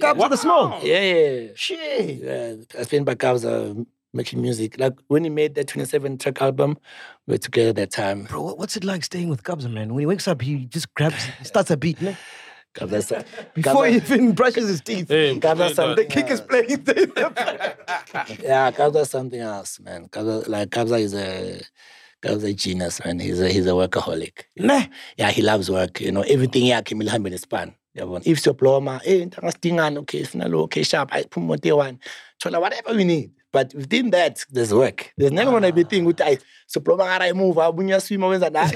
Cups of the small.
Yeah, yeah,
Shit.
yeah. I spent by Gabza making music. Like when he made that 27 track album, we were together that time.
Bro, what- what's it like staying with Gabza, man? When he wakes up, he just grabs,
<laughs>
he starts a beat, man.
Gabza's
<laughs> Before he even brushes his teeth.
Hey,
<laughs>
Gabza's
The
something.
kick is
else.
playing.
<laughs> Yeah, Gabza's something else, man. Gabza, like Gabza is a Gabza's a genius, man. He's a he's a workaholic.
nah.
yeah, he loves work. You know, everything yakhe kumele ihambe nespan. yabona if siyobloma eh into angasidingani okay sifuna lo okay sharp hayi phuma umonto eyi-one thola whatever we need but within that there's work there's never gonna be a thing ukuthi ayi siyobloma ngara imuva abunye uyaswima wenza nala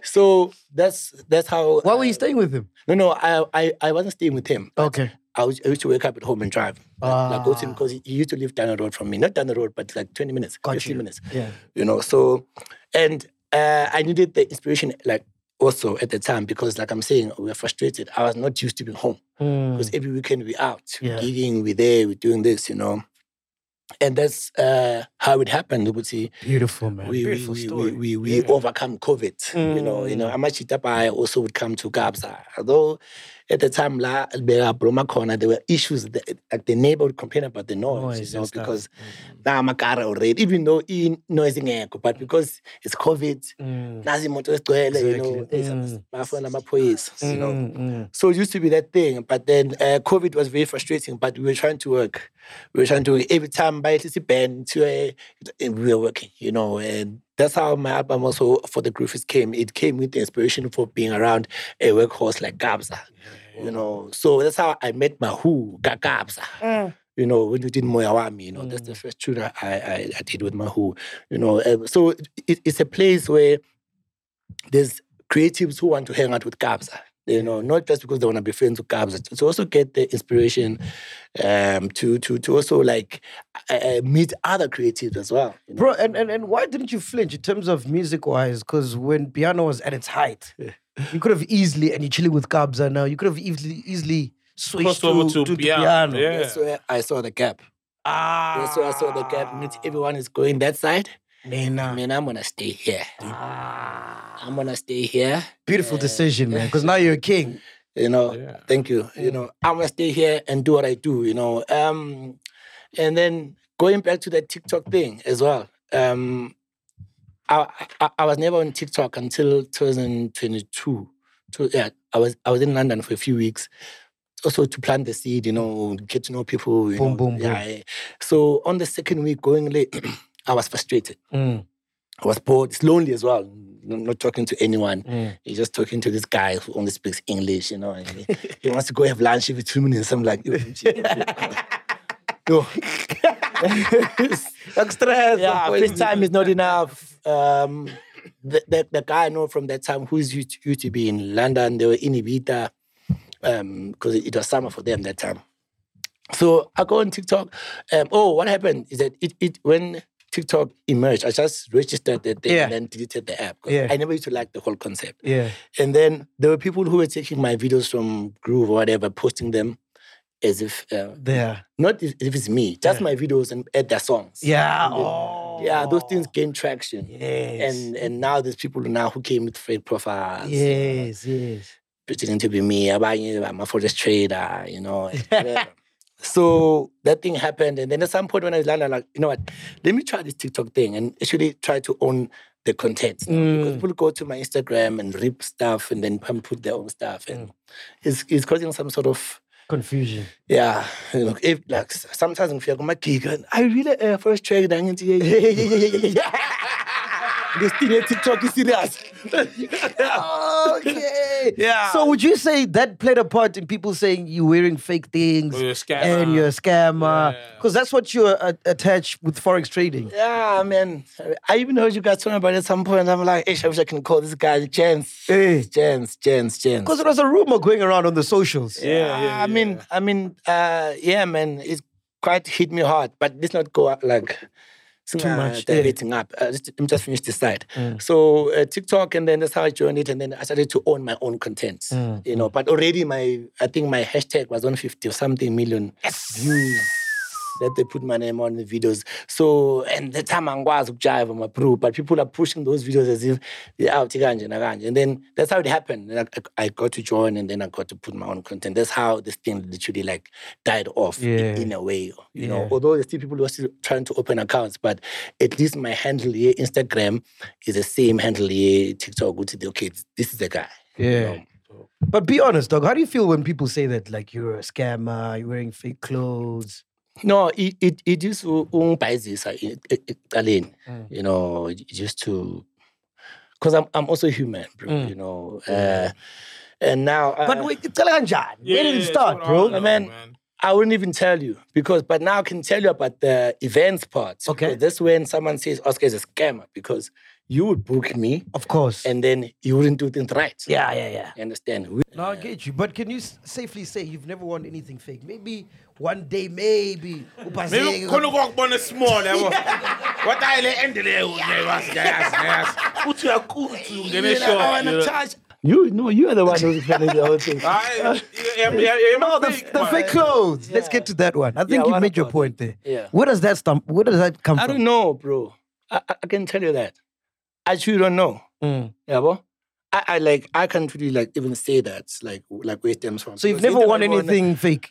<laughs>
so that's that's how
Why were you staying with him?
no no I, I, I wasn't staying with him
Okay.
I, was, I used to wake up at home and drive like go to him because he he used to live down the road from me not down the road but like 20 minutes
Ah. Got
15
you.
minutes
Ah, Yeah.
you know so and uh, i needed the inspiration like also at the time because like i'm saying we were frustrated i was not used to being home because every weekend we out
Yeah.
gigging we there we doing this you know and that's uh, how it happened Ukuthi
Beautiful, man.
we we,
Beautiful
we,
story. Mm.
we, we, we overcome covid you know you know amachita Pai also would come to gabza although at the time la uh, Broma corner there were issues that, like the neighbor would complain about the noise,
Noise
you know
and stuff. Mm.
because now I'm a car already even though in noise ingekho but because it's covid nazi imoto esigcwele you know
Mm. Exactly.
there's
Mm.
bafuna amaphoyisa you know
Mm, mm.
so it used to be that thing, but then uh, COVID was very frustrating. But we were trying to work. We were trying to work. every time by at least a band to a, and we were working, you know. And that's how my album also for the Groofies came. It came with the inspiration for being around a workhorse like Gabza, you know. So that's how I met Mahu Ga- Gabza. You know, when we did Moyawami, you know, that's the first tune I, I, I did with Mahu. You know, um, so it, it's a place where there's creatives who want to hang out with Kabza. You know, not just because they want to be friends with Kabza, to also get the inspiration um, to to to also like uh, uh, meet other creatives as well. you know.
Bro, and, and, and why didn't you flinch in terms of music wise? Because when piano was at its height, you could have easily, and you're chilling with Kabza now, you could have easily easily switched
Crossed over
to,
to piano, yeah.
That's where I saw the gap.
Ah,
That's where I saw the gap. Means everyone is going that side. I
Nena.
mean, I'm gonna stay here. I'm gonna stay here.
Beautiful decision, man. Because now you're a king.
you know thank you you know i'm gonna stay here and do what i do you know um and then going back to that tiktok thing as well um i i, I was never on tiktok until 2022 so yeah i was i was in london for a few weeks also to plant the seed, you know, get to know people. You
Boom,
know,
boom, boom.
yeah, yeah. So on the second week going late, <clears throat> I was frustrated.
Mm.
I was bored. It's lonely as well. Not, not talking to anyone.
Mm.
You're just talking to this guy who only speaks English, you know. And he, he wants to go have lunch every two minutes. I'm like, yo,
<laughs> Extra.
yeah, FaceTime is not enough. Um, the, the, the guy I know from that time who's used, used to be in London, they were in Ibiza because it, it was summer for them that time. So I go on TikTok. Um, oh, what happened is that it, it when TikTok emerged, I just registered the thing
Yeah.
and then deleted the app. 'cause
Yeah.
I never used to like the whole concept.
Yeah.
And then there were people who were taking my videos from Groove or whatever, posting them as if uh,
There.
not if, if it's me, just my videos and add their songs.
Yeah. Oh.
Yeah, those things gain traction.
Yes.
And and now there's people now who came with fake profiles,
yes, yes. <laughs>
pretending to be me, I'm a forest trader, you know. and whatever. So that thing happened, and then at some point when I was landed, like, you know what? Let me try this TikTok thing and actually try to own the content now,
Mm.
because people go to my Instagram and rip stuff and then come put their own stuff,
Mm.
and it's it's causing some sort of
Confusion.
yeah, you know, if like s- sometimes I'm feeling my gig and I really uh, first track down into yeah, yeah, yeah, yeah, yeah, yeah, yeah. <laughs> This thing here, TikTok is serious. <laughs> okay.
<laughs> Yeah.
So would you say that played a part in people saying you're wearing fake things
Or you're a scammer.
and you're a scammer?
Yeah.
Because that's what you're uh, attached with forex trading.
Yeah, man. I even heard you guys talking about it at some point. I'm like, hey, I wish I can call this guy Jens.
Hey.
Jens, Jens, Jens.
Because there was a rumor going around on the socials.
Yeah, yeah,
I mean, I mean, uh, yeah, man, it quite hit me hard. But let's not go out like too
much, yeah.
Dilating up. Uh, just, let me just finish this side.
Mm.
So uh, TikTok, and then that's how I joined it, and then I started to own my own content.
Mm,
You know, but already my, I think my hashtag was on fifty or something million views. That they put my name on the videos. So, and the time I'm jive, I'm approved, but people are pushing those videos as if they're out. ikanje nakanje. And then that's how it happened. And I, I got to join and then I got to put my own content. That's how this thing literally like died off in-
Yeah.
in, a way. You know,
Yeah.
although there's still people who are still trying to open accounts, but at least my handle here, Instagram, is the same handle here, TikTok, go to the okay, this is the guy.
Yeah. But be honest, dog. How do you feel when people say that, like you're a scammer, you're wearing fake clothes?
No, it it, it used to ungibhayizisa e- e- ekuqaleni. You know, it used to because I'm I'm also human, bro. You know, uh, and now. Uh,
But wait, tell Anjan, where did it start, bro?
I
man.
mean, man.
I wouldn't even tell you because, but now I can tell you about the events part.
Okay.
Because That's when someone says Oscar is a scammer because you would book me
Of course.
and then you wouldn't do things right.
yeah, yeah, yeah.
You understand? We-
No, I get you. But can you s- safely say you've never won anything fake? Maybe one day, maybe.
Maybe kono kokubona small yabo. Watayile endele ungeke wazi yazi yazi. Uthi uyakhuthi ungene short.
You no, you are the one who's planning the whole thing.
No,
Oh, the, f- the fake clothes. Let's get to that one. I think you
what
made your
about
point there.
Yeah.
Where does that stump? Where does that come
I
from?
don't know, bro. I, I I can tell you that. I truly don't know.
Mm.
Yeah, well, I, I like I can't really like even say that like like where it stems from.
So you've
Because
never
anytime
won
I go on-
anything fake.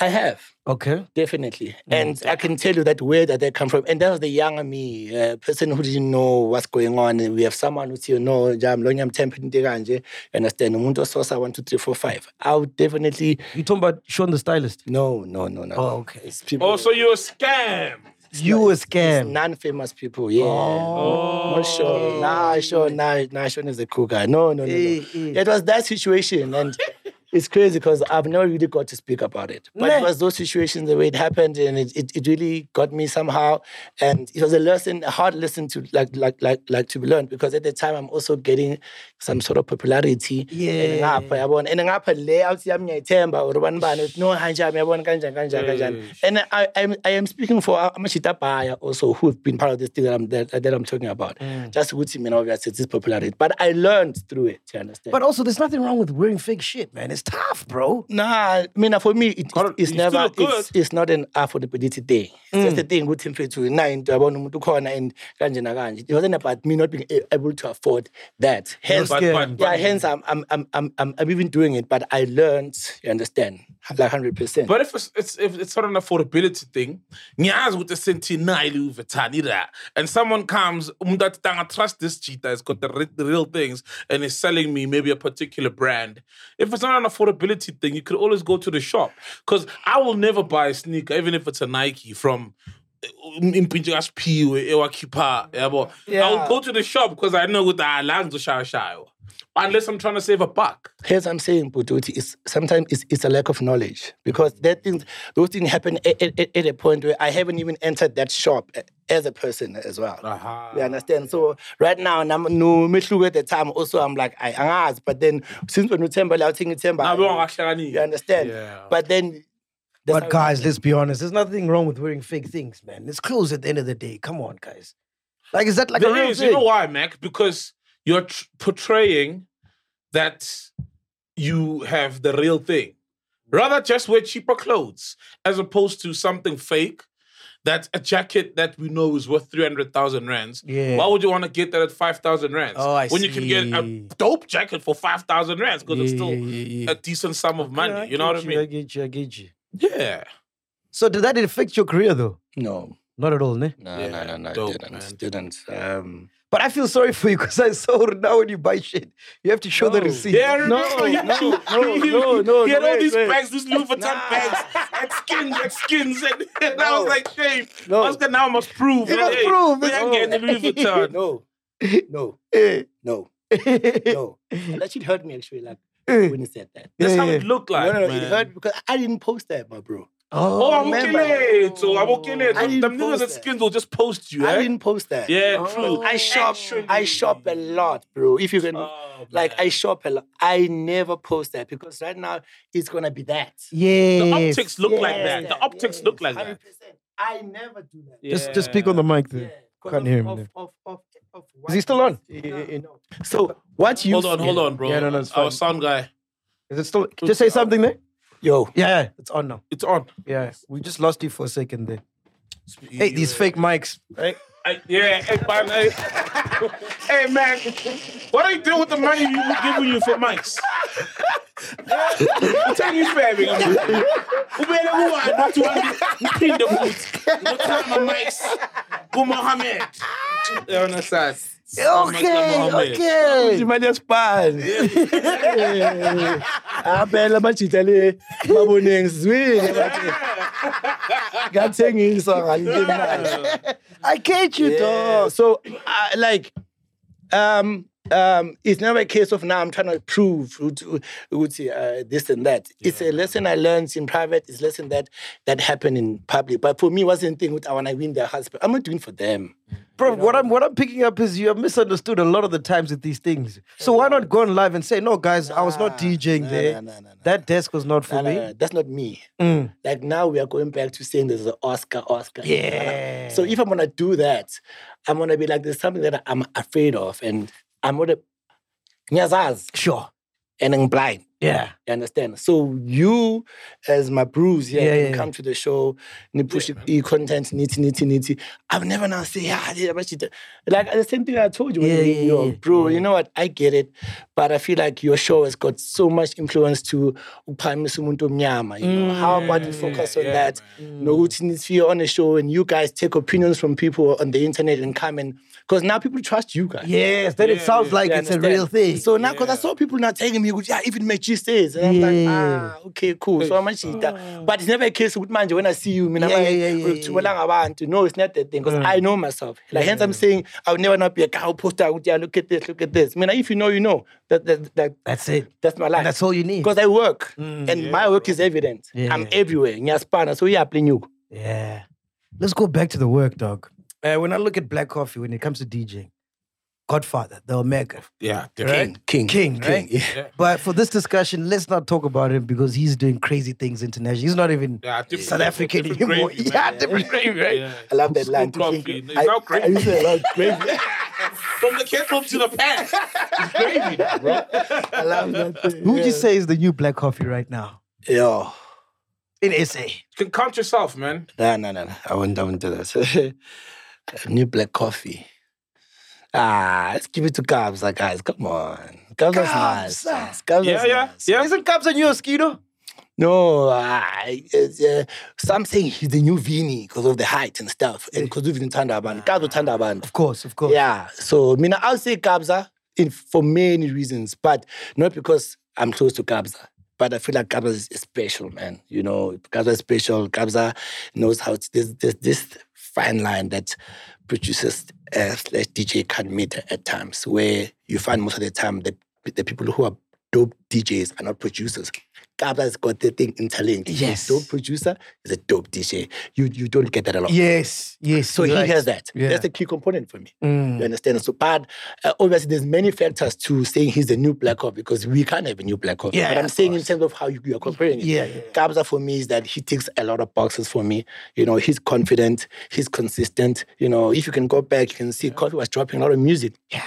I have.
Okay.
Definitely. And I can tell you that where that they come from. And that was the younger me, uh, person who didn't know what's going on. And we have someone who's, you know, jam, lonyam temping, you understand, umuntu ososa, one, two, three, four, five. I would definitely,
You talking about Sean the stylist?
no, no, no, no.
Oh, okay.
It's people,
Oh, so you're a scam.
You were
it's
scammed.
non-famous people, yeah. Oh. Not sure. Nah, sure, nah, nah, Sean is a cool guy. No, no, no, no.
Eh, eh.
It was that situation and... It's crazy because I've never really got to speak about it. But it
Nah.
was those situations the way it happened and it, it, it really got me somehow. And it was a lesson, a hard lesson to like like like like to be learned because at the time I'm also getting some sort of popularity.
Yeah.
And yabona and ngapha layout yami ngiyayithemba or ubani bani uthi, no hanjani yabona kanjani kanjani kanjani and I I'm, I am speaking for amashita buyer also who've been part of this thing that I'm that, that I'm talking about just ukuthi mina obviously it's this popularity but I learned through it you understand
But also, there's nothing wrong with wearing fake shit, man. It's tough, bro.
Nah, I mean, for me, it,
Cor-
it's, it's
you still
never,
look good. Mm.
it's, it's not an affordability thing. It's just a thing with him to nine to about to corner and kanje na kanje. It wasn't about me not being a- able to afford that. Hence,
But, but,
yeah,
but,
hence I'm, I'm, I'm, I'm, I'm, I'm even doing it, but I learned, you understand, like 100%.
but if it's, it's if it's not an affordability thing, ngiyazi ukuthi sentinile uvetani ra. And someone comes, umuntu athi "Tanga, trust this cheater, it's got the, re- the real things and is selling me maybe a particular brand. If it's not an affordability thing, you could always go to the shop cuz I will never buy a sneaker even if it's a Nike from impintshe kasiphiwe ewakhipha yabo i'll go to the shop because i know ukuthi "Ah, alangi zoshaya shayo unless i'm trying to save a buck
Here's what I'm saying, Buduti, is sometimes it's, it's a lack of knowledge because that things, those things happen at, at, at- at a point where I haven't even entered that shop a- as a person as well.
Aha.
You understand? So right now, and I'm no Mishlu at the time. Also, I'm like I asked, but then since when we temper, I think temper.
Now we are
You understand?
Yeah.
But then, that's
But
how-
guys, let's be honest. There's nothing wrong with wearing fake things, man. It's clothes at the end of the day. Come on, guys. Like, is that like a
There
real
is,
thing?
you know why, Mac? Because you're tr- portraying that you have the real thing. Rather, just wear cheaper clothes as opposed to something fake. That's a jacket that we know is worth 300,000 rands.
Yeah.
Why would you want to get that at 5,000 rands?
Oh, I
When you can get a
see.
dope jacket for 5,000 rands because it's
Yeah,
still
yeah, yeah, yeah.
a decent sum of money.
Yeah,
you know what I
get I
mean?
get you. I get you.
Yeah.
So did that affect your career though?
No,
Not at all, ne?
no,
Yeah,
no, no, no.
dope,
didn't.
man.
Didn't. Um,
But I feel sorry for you <laughs> because I saw now when you buy shit, you have to show the
No.
receipt.
Yeah, I
<laughs>
remember.
no,
<laughs>
no, no,
He-
no, no,
He had all
wait,
these
wait.
bags, these Louis Vuitton bags, and skins, and skins, and, <laughs> and I was like, shame.
No.
Oscar now must prove.
You
that,
must
hey,
prove, Oh.
We
it's-
ain't getting the Louis
<laughs>
Vuitton.
no, no, no,
Eh.
<laughs>
no. that should hurt me actually. Like
<laughs>
when he said that.
That's
Yeah,
how
yeah.
it looked like.
no, no, no,
man.
it hurt because I didn't post that, my bro.
Oh, I'm okay
remember.
late. So I'm okay late.
I
Them
didn't
niggas
post
at
that.
skins will just post you.
I
eh?
didn't post that.
Yeah,
Oh,
Bro,
true.
I shop.
Actually.
I shop a lot, bro. If you can,
Oh,
like, I
man.
shop a lot. I never post that because right now it's gonna be that.
The
Yes.
optics look like
Yes,
that. The optics
yes,
look like that.
100%. I never do that.
Just, just speak on the mic there.
Yeah, 'cause
Can't
of-
hear him
of-
there.
of- of- of what
he still on?
No,
I- I-
no. So what you
Hold on, hold on, bro.
Yeah, no, no, it's
Our
fine.
sound guy.
Is it still? Just say something there.
yo
Yeah, yeah, it's on now.
It's on.
Yeah, we just lost you for a second there. Hey, these fake mics. Right?
I, yeah, hey, man, hey. <laughs> hey, man, what are you doing with the money you were giving you for mics? <laughs> Tell me fair, big man. Ubele kuwa not one uphinde futhi ngothanda mics kuMohammed. Yona sas.
Okay, okay.
imali yasipani
<laughs>
Ah,
aphela amajita le maboneni sizwile
<laughs>
ngathengiswa ngalilimali
I catch you,
Yeah.
dog.
So, uh, like, um, um, it's never a case of now I'm trying to prove who to- who to, uh, this and that. It's a lesson I learned in private. It's a lesson that that happened in public. But for me, it wasn't thing with I want to win their husband. I'm not doing for them.
Bro, what I'm what I'm picking up is you are misunderstood a lot of the times with these things. So why not go on live and say, no, guys, I was not
Nah,
DJing
nah,
there.
nah, nah, nah, nah.
That desk was not for
Nah, nah,
me.
nah, uh, that's not me.
Mm.
Like now we are going back to saying there's an Oscar, Oscar.
Yeah.
So if I'm gonna do that, I'm gonna be like there's something that I'm afraid of, and I'm gonna nyazaz
Sure.
and I'm blind.
Yeah.
You understand? So you, as my bros here,
Yeah,
can
yeah, yeah.
come to the show, you push the content, nitty, nitty, nitty. I've never now say, "Ah, yeah, I did a bunch of th-" like the same thing I told you when
Yeah,
you
yeah,
New York,
yeah,
bro. You know what? I get it, but I feel like your show has got so much influence to uphamisa umuntu omnyama. You know, how about you
Mm,
focus on that? No routines here on the show, and you guys take opinions from people on the internet and come and because now people trust you guys.
Yes. Then it sounds like
You
it's a
understand?
real thing.
So now, because I saw people not taking me, yeah, even my cheese says. And I'm like,
Yeah.
ah, okay, cool. So I'm
Oh.
actually that. But it's never a case with manje when I see you. Mina,
Yeah,
like,
yeah, yeah, yeah,
"Uthi wela ngabantu." No, it's not that thing. Because I know myself. Like, hence I'm saying, I would never not be a cow poster. with, Yeah, look at this, look at this. Mina, if you know, you know. That, that, that,
That's it.
that's my life.
That's all you need.
Because I work.
Mm,
and my work is evident.
Yeah,
I'm
yeah.
everywhere. Ngiyaspana. So yeah, playing you.
Yeah. Let's go back to the work, dog. Uh, when I look at Black Coffee, when it comes to DJing, Godfather, the Omega,
Mm,
Yeah,
right? King, King, right? But for this discussion, let's not talk about him because he's doing crazy things internationally. He's not even
Yeah, different-
South African
different
anymore.
gravy,
<laughs> yeah,
man.
different gravy, right?
Yeah.
I love that line.
School coffee. It's
I,
now
I, I
crazy.
used to love gravy.
From the kettle to the pan. It's crazy, bro.
I love that.
Who <laughs> would you say is the new Black Coffee right now
Yo.
in SA?
You can count yourself, man.
No, no, no, no. I won't, I won't do that. <laughs> New black coffee. Ah, let's give it to Gabza, guys. Come on. Gabza's nice.
Gabza.
guys. Gabza's
Yeah, yeah,
nice.
yeah.
Isn't Cubs a new Oskido?
No, I, it's, uh, some say he's the new Vini because of the height and stuff. And because of Tandaban. Gabza Tandaban.
Of course, of course.
Yeah. So, Mina, I'll say Gabza in, for many reasons, but not because I'm close to Gabza. But I feel like Gabza is special, man. You know, Gabza is special. Gabza knows how to, there's, there's this fine line that producers uh, slash DJ can meet at times where you find most of the time the, the people who are dope DJs are not producers. Gabza's got the thing interlinked. He's a
Yes.
dope producer is a dope DJ. You, you don't get that a lot.
Yes, yes.
So
you're
he
right.
has that.
Yeah.
That's the key component for me.
Mm.
You understand? So, but uh, obviously, there's many factors to saying he's the new Black Hawk because we can't have a new Black Hawk.
Yeah,
but I'm
of
saying
course.
in terms of how you, you are comparing it.
Yeah, yeah, yeah.
Gabza for me is that he ticks a lot of boxes for me. You know, he's confident, he's consistent. You know, if you can go back, you can see Coffee was dropping a lot of music. Yeah.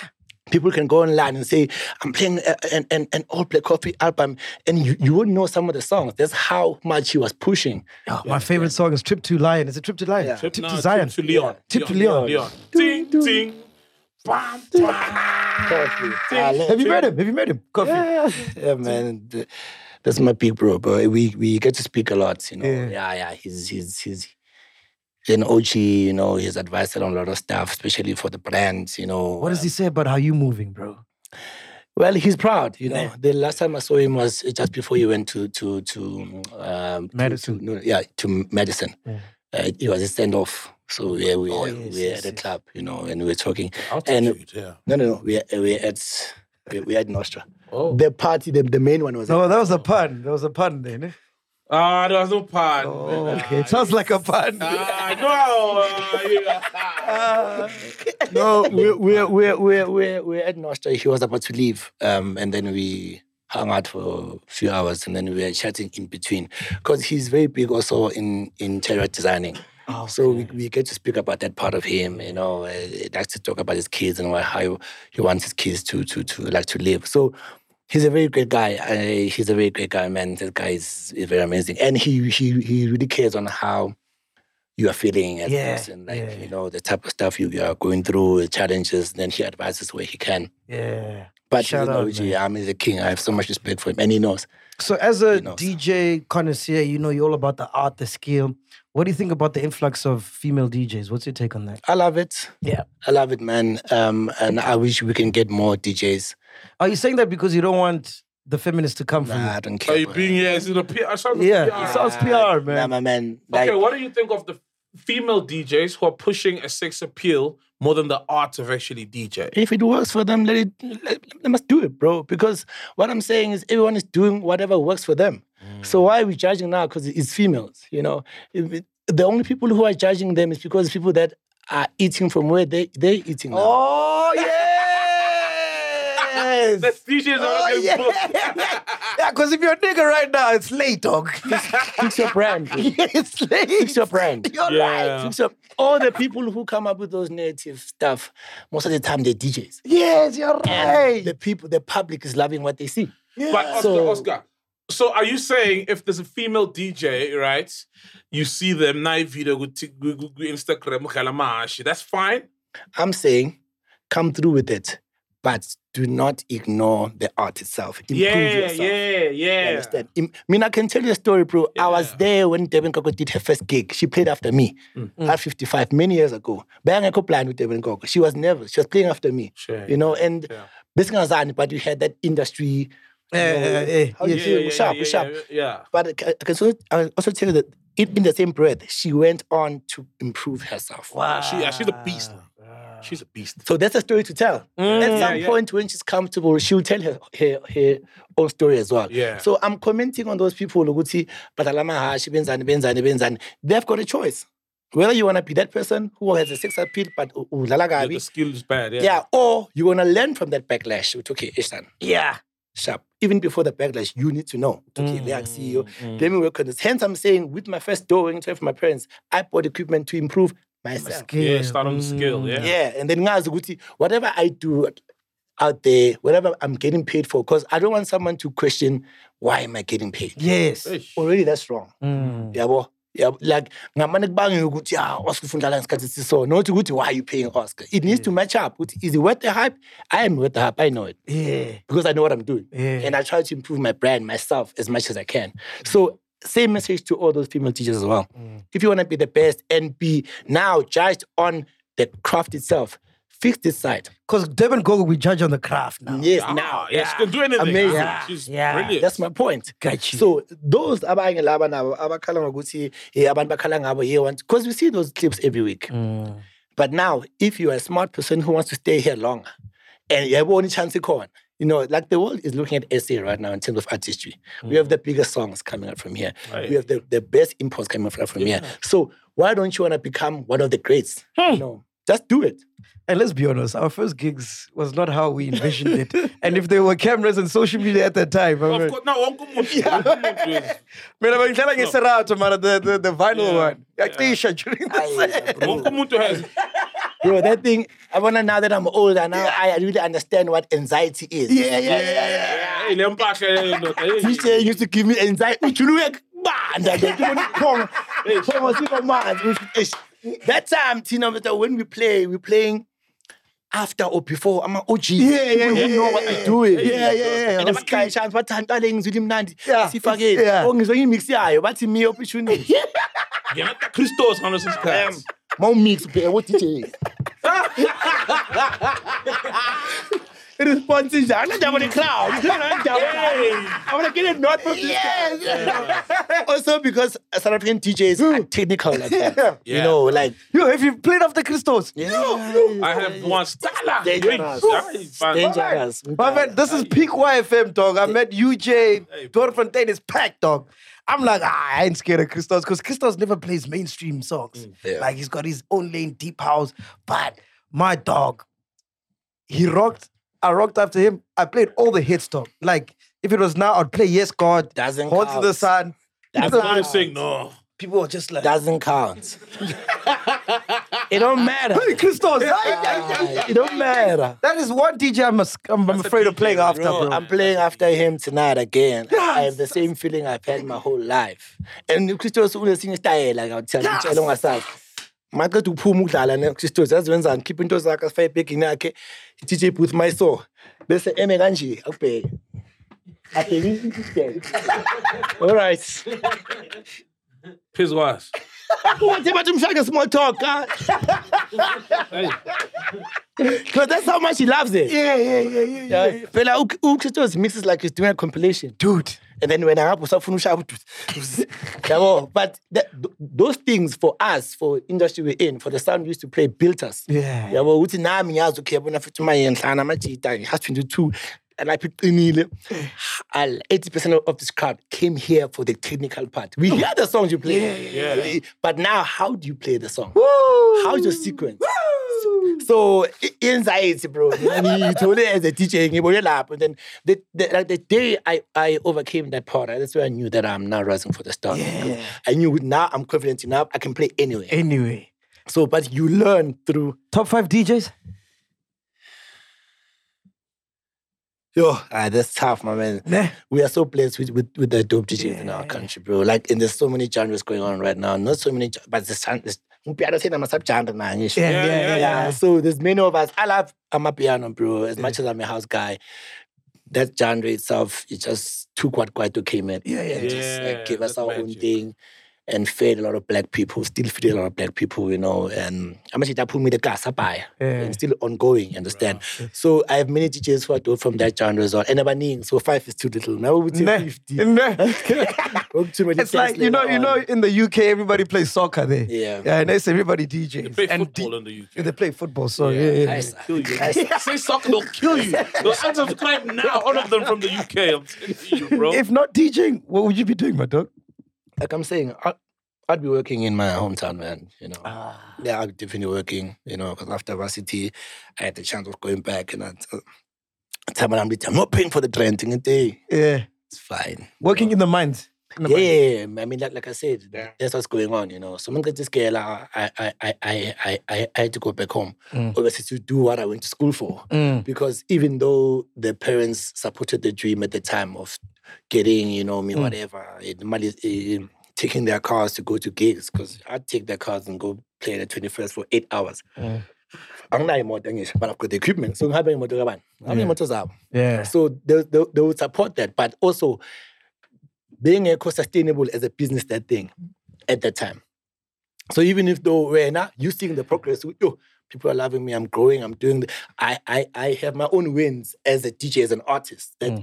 People can go online and say, I'm playing a- an, an, an old Black Coffee album, and you, you wouldn't know some of the songs. That's how much he was pushing.
Oh, my favorite song is Trip to Lion. It's a trip to Lion.
Yeah.
Trip,
No,
to Zion.
Trip to Leon.
Trip to Leon.
Leon. Ting, ting. Bam, bam.
Coffee.
Have
Ah, <laughs> Have you met him? Have you met him? Coffee.
Yeah, man. The, That's my big bro, bro. We we get to speak a lot, you know.
Yeah.
Yeah, yeah. He's he's he's an OG, you know, he's advised on a lot of stuff, especially for the brands, you know. Uh,
What does he say about how you moving, bro?
Well, he's proud. You know, the last time I saw him was just before he went to to to um, to-
Madison.
To, no, yeah, to medicine.
Yeah.
Uh, it was a standoff. So yeah, we
Oh,
were,
yes,
we were
yes,
at the
yes.
club, you know, and we were talking.
Altitude, yeah.
No, no, no. We were- we were at we, we had Nostra.
Oh.
The party, the, the main one was.
No, that was a pun. That was a pun then.
Ah, there was no pun.
Oh, okay. Sounds like a pun.
Ah, no. yeah.
no, we we we we we we were at Nostra. He was about to leave, um, and then we hung out for a few hours, and then we were chatting in between because he's very big also in interior designing. So we, we get to speak about that part of him, you know, uh, he likes to talk about his kids and why, how he, he wants his kids to to to like to live. So he's a very great guy. Uh, he's a very great guy, man. This guy is, is very amazing, and he he he really cares on how you are feeling as
Yeah,
a person, like
yeah.
you know the type of stuff you, you are going through, the challenges. Then he advises where he can.
Yeah.
But
Shout
you know,
out,
G,
man.
I'm the king. I have so much respect for him, and he knows.
So as a
You know, so-
DJ connoisseur, you know you're all about the art, the skill. What do you think about the influx of female DJs? What's your take on that?
I love it.
Yeah.
I love it, man. Um, and I wish we can get more DJs.
Are you saying that because you don't want the feminists to come from
Nah, I
you?
don't care.
Are you
bro.
being yeah? Is it a P- I sound like
Yeah,
PR?
it sounds PR, man.
Nah, my man. Like,
Okay, what do you think of the female DJs who are pushing a sex appeal more than the art of actually DJ?
if it works for them, let it. Let, they must do it, bro. Because what I'm saying is, everyone is doing whatever works for them.
Mm.
So why are we judging now? Because it's females, you know. If it- the only people who are judging them is because people that are eating from where they they're eating. Now.
Oh <laughs> yes.
The DJs are
Oh,
oh,
<laughs>
yeah. yeah, because if you're a nigga right now, it's late, dog.
<laughs> Fix your brand. bro.
<laughs> it's late.
Fix your brand.
You're
Yeah.
right.
Fix your- all the people who come up with those narrative stuff, most of the time they're DJs.
Yes, you're right.
The people, the public is loving what they see.
But Oscar,
So-
Oscar, so are you saying if there's a female DJ, right, you see them night video, go to- go- go- go Instagram, ukalamashi, that's fine.
I'm saying come through with it, but do not ignore the art itself. Improve
Yeah,
yourself.
yeah,
You
yeah.
understand? Im- I mean, I can tell you a story, bro. I was
Yeah. Mm.
there when Devin Koko did her first gig. She played after me at 55, many years ago. Bang a blind with Devin Koko. She was nervous. She was playing after me.
Sure.
You know, and
Yeah.
basically, I was on, but you had that industry. you
Eh,
know,
eh, eh,
how do you
Oh, Yeah,
say,
yeah, yeah,
sharp,
yeah,
sharp.
yeah, yeah.
But I can- I can also, I can also tell you that in, in the same breath, she went on to improve herself.
Wow.
She, yeah, she's a beast. She's a beast.
So that's a story to tell. At some
Mm. yeah.
point, when she's comfortable, she'll tell her, her her own story as well.
Yeah.
So I'm commenting on those people who would see, but Alamahashi, Benzani, Benzani, Benzani. They've got a choice. Whether you want to be that person who has a sex appeal, but u- u-
Yeah, the
lalagabi,
skill is bad. Yeah.
yeah, or you want to learn from that backlash. It's okay, Ishtan,
Yeah.
sharp. Even before the backlash, you need to know. It's Okay, mm, CEO, let me work on this. Hence, I'm saying with my first door into from my parents, I bought equipment to improve myself.
Yeah, start on the skill.
Mm.
Yeah.
Yeah, and then ngazi ukuthi whatever I do out there, whatever I'm getting paid for, because I don't want someone to question why am I getting paid.
Yes.
Eish.
Already that's wrong.
Mm.
Yabo. Yeah, like ngamane kubange ukuthi ah Oscar ufundala ngesikhathi siso not ukuthi why are you paying Oscar it needs to match up ukuthi is it worth the hype I am worth the hype I know it
Yeah.
because I know what I'm doing
Yeah.
and I try to improve my brand myself as much as I can so same message to all those female teachers as well
Mm.
if you want to be the best and be now judged on the craft itself fix this side
Because Devin Gogo, we judge on the craft now.
Yes,
Ah,
now.
yeah, she can do anything.
Amazing.
Yeah, She's
Yeah.
brilliant.
That's my point.
Got you.
So those abanye laba nabo abakhala ngokuthi eh abantu bakhala ngabo yeah want because we see those clips every week.
Mm.
But now if you're a smart person who wants to stay here longer and you have only chance ikhona. You know, like the world is looking at SA right now in terms of artistry. We
Mm.
have the biggest songs coming out from here. We have the, the best imports coming out from here. So why don't you want to become one of the greats? No. Just do
<laughs>
it.
And let's be honest, our first gigs was not how we envisioned it. and if there were cameras and social media at that time, I
Of
mean,
course, no, wonke umuntu, wonke umuntu is-
man, I'm telling you, Serato, man, the, the, the vinyl
Yeah.
one. Like, Tisha, during the set.
wonke umuntu has.
Bro, that thing, I wanna now that I'm older, now I really understand what anxiety is.
Yeah, yeah, yeah, yeah.
Hey, le mpahla le ndoda, hey.
DJ used to give me anxiety. Ujuluke kubanda nje ngibona iphongo. Iphongo sikamanzi. Eish. That time Tina Mr. when we play, we're playing after or before I'm an OG.
Yeah, yeah,
People
yeah,
who know
yeah,
what
yeah.
they're doing.
Yeah, yeah, yeah.
And abaqashi abantu bathanda le ngizwile imnandi.
Yeah,
Sifake.
yeah.
Oh ngizwe imix yayo bathi me <laughs> opportunity.
You're not the Christos on this class.
Mau mix ubheka ku
<laughs>
DJ. Response njalo njalo the crowd. <laughs> I want to get a note from this guy. <laughs> also because South African DJs are technical like that.
Yeah.
You know, like
Yo, if you played after Christos,
I have one stala.
<laughs> Dangerous. dangerous.
My man, this is peak YFM, dog. I met UJ. Don Fontaine is packed, dog. I'm like, ah, I ain't scared of Christos because Christos never plays mainstream
Mm,
songs. Like, he's got his own lane, deep house. But my dog, he rocked. I rocked after him. I played all the hits, dog. Like, if it was now, I'd play Yes God,
Doesn't
Hold to the
count.
Sun.
I'm
Doesn't
not
count.
saying no.
People were just like,
Doesn't count. <laughs> it don't matter.
<laughs> hey, Christos.
It don't matter.
That is one DJ I'm, as- I'm, I'm afraid of playing after,
Bro,
bro.
I'm playing after him tonight again. I have the same feeling I've had my whole life. And Christos unesinye style like I'll tell you ngitshela ungasazi. Maqeda ukuphuma ukudlala neChristos aziwenzani keep into zakhe asifake ebhegini yakhe DJ booth my soul. Bese eme kanje akubheke. Abheke isikubheke. All right.
Piss was.
Ungathi bathi mhlawumbe small talk. Because that's how much he loves it.
yeah, yeah, yeah, yeah, yeah.
Yeah. Phela u- uChristos mixes like he's doing a compilation.
Dude.
And then when I have usafuna ushaya ubududu. <laughs> Yabo, but that, th- those things for us, for industry we're in, for the sound we used to play, built us.
Yeah.
Yabo, uthi nami ngiyazi okay yabona futhi mayenhlana amajita has 22 lapha iqinile
Eh.
80% of this crowd came here for the technical part we hear the songs you play but now how do you play the song how's your sequence so i- anxiety bro ngithole as a dj ngibone lapho and then the, the, like the day I, I overcame that part that's where i knew that i'm now rising for the stars
Yeah.
i knew now i'm confident enough i can play anywhere
Anyway.
so but you learn through
Top five DJs?
Yo, ah, that's tough, my man.
Nah.
We are so blessed with, with, with the dope DJs in our country, bro. Like, and there's so many genres going on right now. Not so many, gen- but the sound is. Piano saying I'm a subgenre now.
yeah,
Yeah,
yeah, yeah.
So there's many of us. I love I'm a piano, bro. As much as I'm a house guy, that genre itself, it just took what Kwaito came in.
Yeah, yeah,
and Just
Yeah,
like, gave us
that's
our own
magic.
thing. And fed a lot of black people, still feed a lot of black people, you know. And I'm actually that pulled me the gas up by
Yeah.
and still ongoing, you understand? So I have many teachers who are doing from that genre as well. And abaningi, so five is too little. Now we
Nah.
take <laughs> 50.
<laughs> Nah.
We're
<laughs>
too many
it's like
teachers
you know,
later
you
on.
know, in the UK, everybody plays soccer there.
Yeah.
yeah, and it's everybody DJs. They
play football
<laughs>
in the UK.
They play football. So yeah, yeah. yeah.
Nice.
Say soccer, they'll kill you. They'll unsubscribe now. All of them from the UK. I'm telling you, bro.
If not DJing, what would you be doing, my dog?
Like I'm saying, I, I'd be working in my hometown, man, you know. Yeah, I'm definitely working, you know, because after varsity, I had the chance of going back and I, uh, time I'm, I'm not paying for the rent in a day.
Yeah,
It's fine.
working in the mines. In the
yeah,
mines.
yeah, yeah. I mean, like, like I said, that's what's going on, you know. So when I got to scale, I, I, I, I, I, I, I had to go back home, obviously, to do what I went to school for.
Mm.
Because even though the parents supported the dream at the time of getting, you know, me, whatever, it, money, eh, taking their cars to go to gigs, because I'd take their cars and go play the 21st for eight hours. anginayo imoto ngisho but I've got the equipment so ngihambe ngemoto kabani ngihambe ngemoto zabo
Yeah.
so they, they, they would support that but also being eco sustainable as a business that thing at that time so even if though we're now you seeing the progress we- yo, people are loving me i'm growing i'm doing the, I, I i have my own wins as a dj as an artist that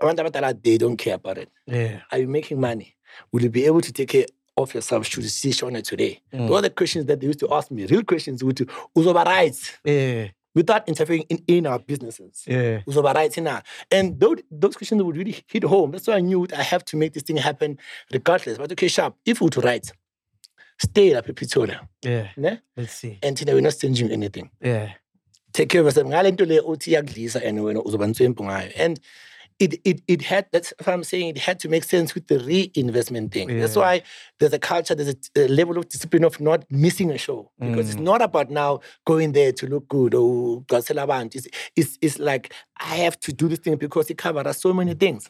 abantu abadala, they don't care about it
yeah,
are you making money? Will you be able to take care of yourself? Should you see Shona today? Those are the questions that they used to ask me, real questions, which Uzoba rights
yeah,
without interfering in, in our businesses.
yeah.
Uzoba rights in our. And those, those questions would really hit home. That's why I knew I have to make this thing happen regardless. But okay, sharp, if we to write, stay up in Pretoria.
yeah.
Ne?
Let's see.
And today we're not sending you anything.
Yeah,
Take care of yourself. Ngale nto le othi iyakudlisa and wena uzoba nswempu ngayo. And it, it, it had that's what I'm saying. It had to make sense with the reinvestment thing. That's
Yeah.
why there's a culture, there's a, a level of discipline of not missing a show because it's not about now going there to look good or Godzilla band. It's, it's it's like I have to do this thing because it covers so many things.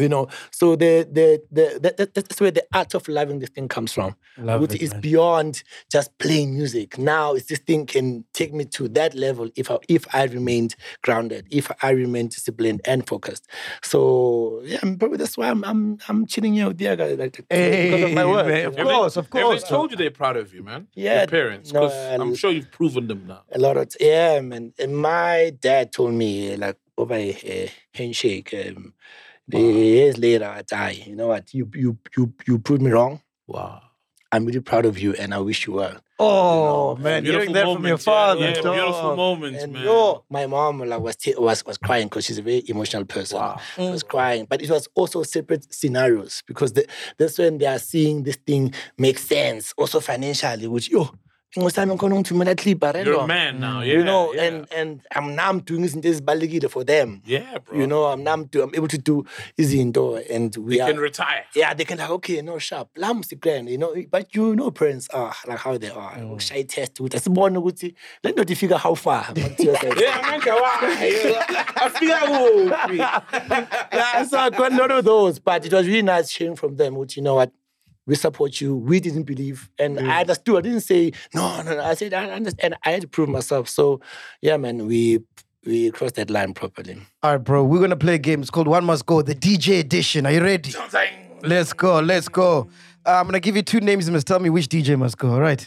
You know, so the the, the, the that- that's where the art of loving this thing comes from.
Love
Which
it,
is
man.
beyond just playing music. Now, it's this thing can take me to that level if I, if I remained grounded, if I remained disciplined and focused. So yeah, I'm probably that's why I'm I'm, I'm chilling here with the guy like because of my
Hey,
work.
man,
you
of
Have
know?
they-
course, of course.
Have they told you they're proud of you, man?
Yeah,
Your parents.
no,
'cause
I-
I'm sure you've proven them now.
a lot of t- yeah man and my dad told me like over a, a handshake um, the years later i die you know what you you you you proved me wrong
Wow.
i'm really proud of you and i wish you well
Oh
You know,
man, hearing
Beautiful
that from your
moments,
father.
Yeah, yeah,
dog.
beautiful moments,
and
man.
yo, my mom like was t- was was crying because she's a very emotional person. She
Mm.
was crying, but it was also separate scenarios because the, that's when they are seeing this thing make sense, also financially. Which yo,
You're a
you're
man now.
Mm,
Yeah,
you know,
yeah.
and and I'm now I'm doing this this balagida for them.
yeah, bro.
You know, I'm now I'm, do, I'm able to do easy indoor and we
you
are
can retire.
yeah, they can like, okay, no sharp. Lamb's the grand, you know, but you know parents are like how they are.
Mm.
Shy test with us born with let not figure how far. but you are
<laughs>
like,
Yeah, man,
<laughs>
I feel <laughs> like
yeah, so I got none of those, but it was really nice hearing from them, which you know what, we support you. We didn't believe, and
Mm.
I understood. I didn't say no, no, no. I said I understand. I had to prove myself. So, yeah, man, we we crossed that line properly.
All right, bro. We're gonna play a game. It's called One Must Go, the DJ edition. Are you ready? Let's go. Let's go. Uh, I'm gonna give you two names. You must tell me which DJ must go. All <laughs> right.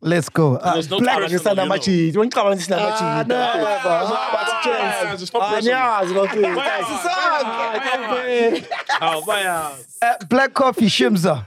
let's go. Uh,
There's no
Black-
personal, you know.
Namachi, you want to come on this Namachi? Ah, no,
ah, ah, it's not personal.
no,
<laughs> Oh, wow.
uh, Black Coffee Shimza.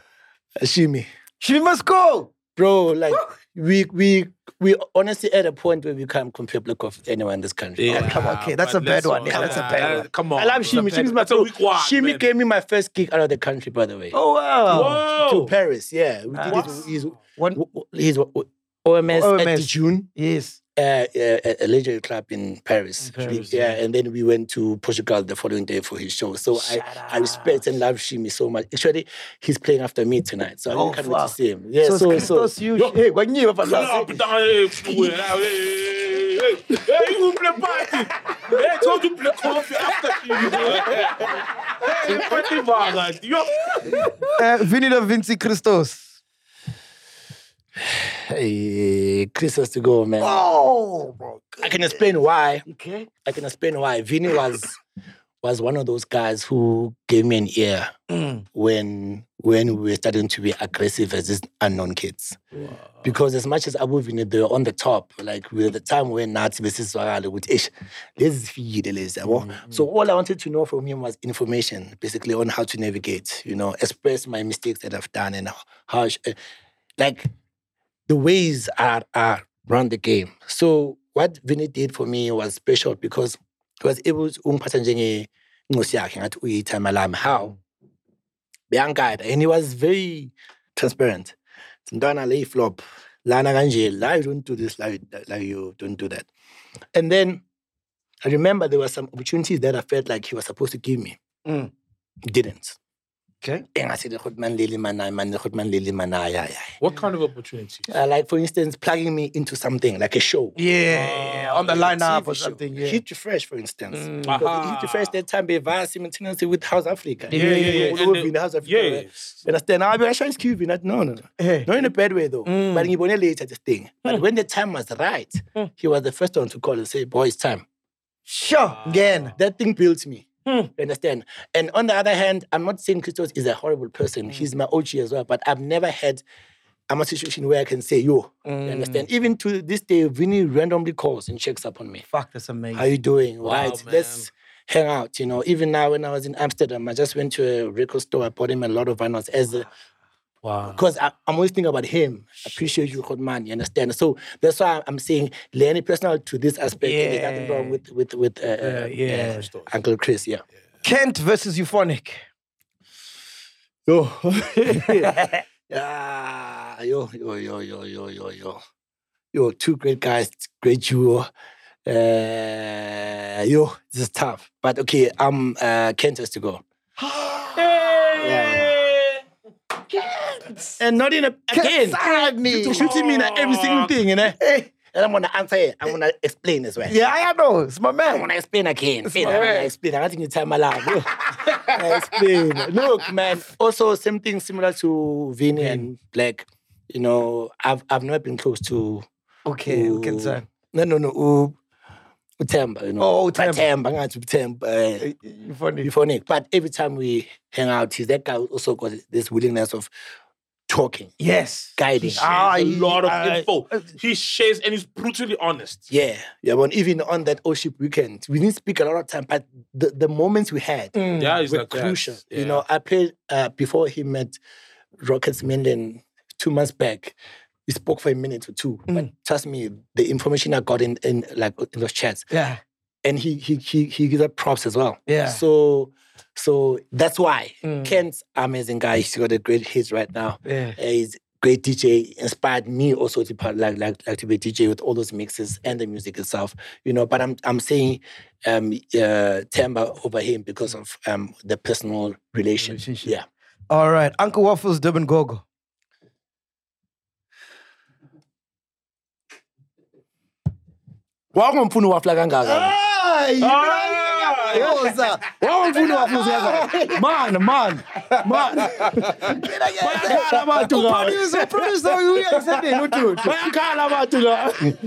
Shimi,
She must go.
bro, like we we we honestly at a point where we can't compare black of anyone in this country.
Yeah,
come on, okay, that's a
but
bad
let's
one.
not-
Yeah, that's a
nah,
bad
that-
one.
Come on.
I love
bro.
Shimi. Shimi's my
That's a
bro.
weak one.
Shimi
man.
gave me my first kick out of the country, by the way.
Oh wow.
Whoa.
To Paris, yeah.
Ah.
We did his, his,
One-
w- w- his w- w- OMS, at the
OMS.
June,
Yes.
uh, uh, at a legendary club in Paris.
Paris,
yeah, and then we went to Portugal the following day for his show. So I, I respect and love Shimi so much. Actually, he's playing after me tonight, so I
Oh,
really can't wait to
fuck.
see him. Yeah,
so,
so,
it's
so,
Christos, you. Hey, when you have
Clap
a
down, hey, hey, hey, hey, hey. Hey, you will play party. Hey, I told you play coffee after you. Hey, party bar, like, yo.
uh, Vinilo Vinci Christos.
Hey, Chris has to go, man.
Oh, bro.
I can explain why.
Okay.
I can explain why. Vinny was was one of those guys who gave me an ear when when we were starting to be aggressive as these unknown kids. Because as much as Abu Vinny, they were on the top. Like we were at the time when Nazi versus Swagale with Ish. This is Fiji, this, yabo? So all I wanted to know from him was information, basically on how to navigate, you know, express my mistakes that I've done and how I sh- eh, like the ways are are run the game. So what Vinny did for me was special because he was able to ungiphatha njenge nkosi yakhe ngathi uyithama lami how beyanguida and he was very transparent mntwana le flop lana kanje la you don't do this la, you- la you don't do that and then I remember there were some opportunities that I felt like he was supposed to give me
Mm.
didn't
Okay.
and I said man leli manai man man leli manai ay, ay."
What kind of opportunity?
Uh, like for instance, plugging me into something like a show.
Yeah, yeah, on the
like a
lineup
TV
or
show.
something. Yeah.
Hit to Fresh, for instance. Mm.
Aha.
Hit to Fresh that time they via simultaneously with House Africa.
Yeah, yeah, yeah.
All
And
over
the-
in House Africa. right?
Yes.
You Understand? I'll be like, "Shine Cube, not no, no, no.
Hey.
Not in a bad way though.
Mm.
But he only later the thing.
Mm.
But when the time was right, he was the first one to call and say, "Boy, it's time."
Sure. Again.
That thing built me.
Mm.
You understand? And on the other hand, I'm not saying Christos is a horrible person.
Mm.
He's my OG as well, but I've never had I'm a situation where I can say, yo,
Mm.
you understand? Even to this day, Vinny randomly calls and checks up on me.
Fuck, that's
How
amazing.
you doing? right,
man.
let's hang out. You know, even now when I was in Amsterdam, I just went to a record store. I bought him a lot of vinyls as a
Wow.
because I'm always thinking about him. I appreciate you, Rodman. You understand? So that's why I'm saying, Lenny, personal to this aspect, there's nothing wrong
Yeah.
with with with uh, uh,
yeah.
uh, Uncle Chris. Yeah.
Kent versus Euphonic.
<laughs> Yo. yeah. Ah, Yo, yo, yo, yo, yo, yo, yo. Yo, two great guys, great duo. Uh, yo, this is tough. But okay, um uh Kent has to go. And not in a again.
Kent, side me.
Shooting me in every single thing, you know.
Hey,
And I'm gonna answer it. I'm gonna explain as well.
Yeah, I know. It's my
I'm
man.
gonna explain again. Finn, I'm gonna explain. I think it's time allowed. I explain. Look, man. Also, something similar to Vinny and Black. You know, I've I've never been close to
Okay,
u-
okay, sir.
No, no, no. u- Utemba, you know.
Oh, Utemba.
Utemba, ngathi Utemba. eh,
You funny.
Euphonic. But every time we hang out, he's that guy who also got this willingness of talking,
Yes.
guiding.
Ah,
a
he-
lot of
I-
info. He shares and he's brutally honest.
Yeah, yeah. But even on that O ship weekend, we didn't speak a lot of time, but the, the moments we had
Yeah, he's
were
like that.
crucial.
Yeah.
You know, I played uh, before he met Rockets Minden two months back. We spoke for a minute or two, but trust me, the information I got in, in like in those chats,
Yeah.
and he he he he gives up props as well.
Yeah.
So so that's why Kent's amazing guy. He's got a great hit right now.
Yeah.
Uh, he's great DJ. Inspired me also to part, like like like to be a DJ with all those mixes and the music itself. You know, but I'm I'm saying um uh Temba over him because of um the personal relation.
Relationship.
Yeah.
All right. Uncle Waffles, Durban Gogo.
Wakungamfuni wafla kangaka.
Ah,
Yoza, wakungamfuni
<laughs>
wafla kangaka. Man, man, man. Bayakhala
Ah!
abantu ngawe.
Producer, producer, we are sending you to- to-
Bayakhala abantu
Ah.
ngawe.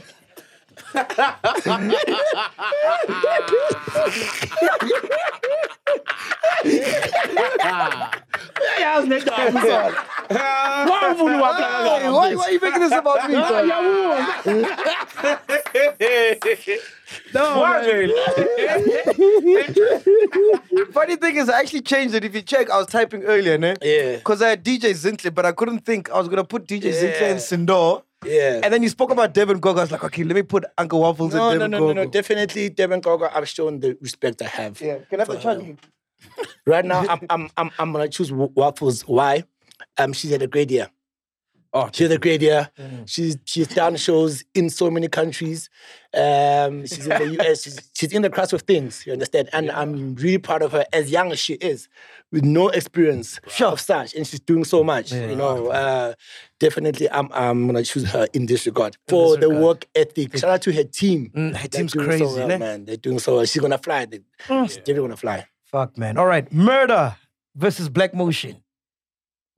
Uyayazi le ndaba umsolo. Wakungamfuni wafla
Ah. Hey,
kangaka.
why, why are you making this about
Ah,
me? dog? No, man. <laughs> Funny thing is, I actually changed it. If you check, I was typing earlier, ne?
Yeah.
Because I had DJ Zintle, but I couldn't think I was gonna put DJ Zintle and Sindor.
Yeah.
And then you spoke about Devin Gogo. I was like, okay, let me put Uncle Waffles
No,
and
no,
Devin
no, no,
Gogo.
no. Definitely, Devin Gogo, I've shown the respect I have.
Yeah, can I have the charge?
Right now, I'm, I'm, I'm, I'm gonna choose Wa- Waffles. Why? Um, she's had a great year.
Oh,
She had a great year.
Mm.
She's she's done shows in so many countries. Um, she's in the US. She's, she's in the grasp of things. You understand? And I'm really proud of her, as young as she is, with no experience of such, and she's doing so much. You know, uh, definitely, I'm I'm gonna choose her in this regard for
this
the
regard. Mm,
work ethic. Shout out to her team.
her
They're
team's
doing
crazy, Mm.
so well,
ne?
man. They're doing so well. She's gonna fly. They- She's definitely gonna fly.
Fuck, man. All right, Murder versus Black Motion.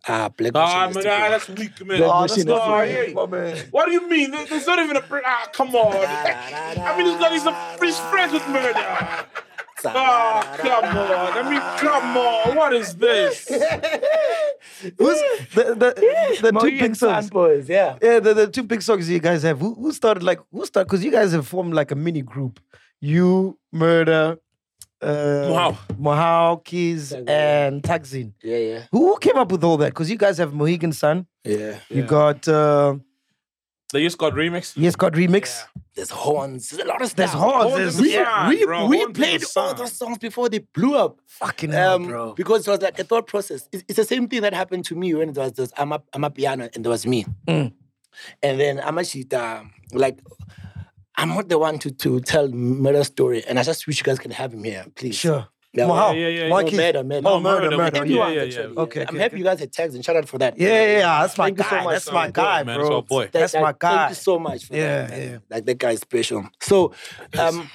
Ah, Black
Ah,
Ocean is
man,
the
ah,
goat.
that's weak, man.
Black Ocean is the
Ah,
goat.
yeah. What do you mean? There- There's not even a. pre- Ah, come on. I mean, he's got he's a he's friends with murder. Ah, come on. I mean, come on. What is this?
Who's the the, the two big songs?
boys, yeah.
Yeah, the, the two big songs you guys have. Who, who started like who started? Because you guys have formed like a mini group. You, Murder, uh,
Mohau.
Mohau, Keys,
Tagzin.
and Taxin.
Yeah, yeah.
Who who came up with all that? Because you guys have Mohegan Sun.
Yeah.
You got uh,
They just got remixed.
Yes God Remix.
There's horns. There's a lot of stuff.
There's horns.
Horns
There's
is
we,
fine,
we,
bro.
We
Horns is
played all
fine.
those songs before they blew up.
fucking hell,
Um,
bro.
because it was like a thought process. It's, it's the same thing that happened to me when it was this I'm a, I'm a piano and there was me. And then I'm actually uh, like I'm not the one to, to tell murder story, and I just wish you guys can have him here, please.
Sure.
Yeah,
Mohau.
yeah, yeah, yeah.
Mohau
No,
Keys.
murder, murder.
Oh,
No,
murder,
Murder,
murder.
Murder.
Yeah,
Yeah, yeah, yeah.
Actually,
Okay,
I'm
okay,
happy you guys had tags and shout out for that.
yeah, yeah, yeah. That's my
Thank you so
guy.
much,
that's my
man.
guy,
Man, it's
bro.
our boy.
That's
Like,
my
like, Thank
guy.
you so much for
Yeah,
that. man.
yeah.
Like that guy is special. So um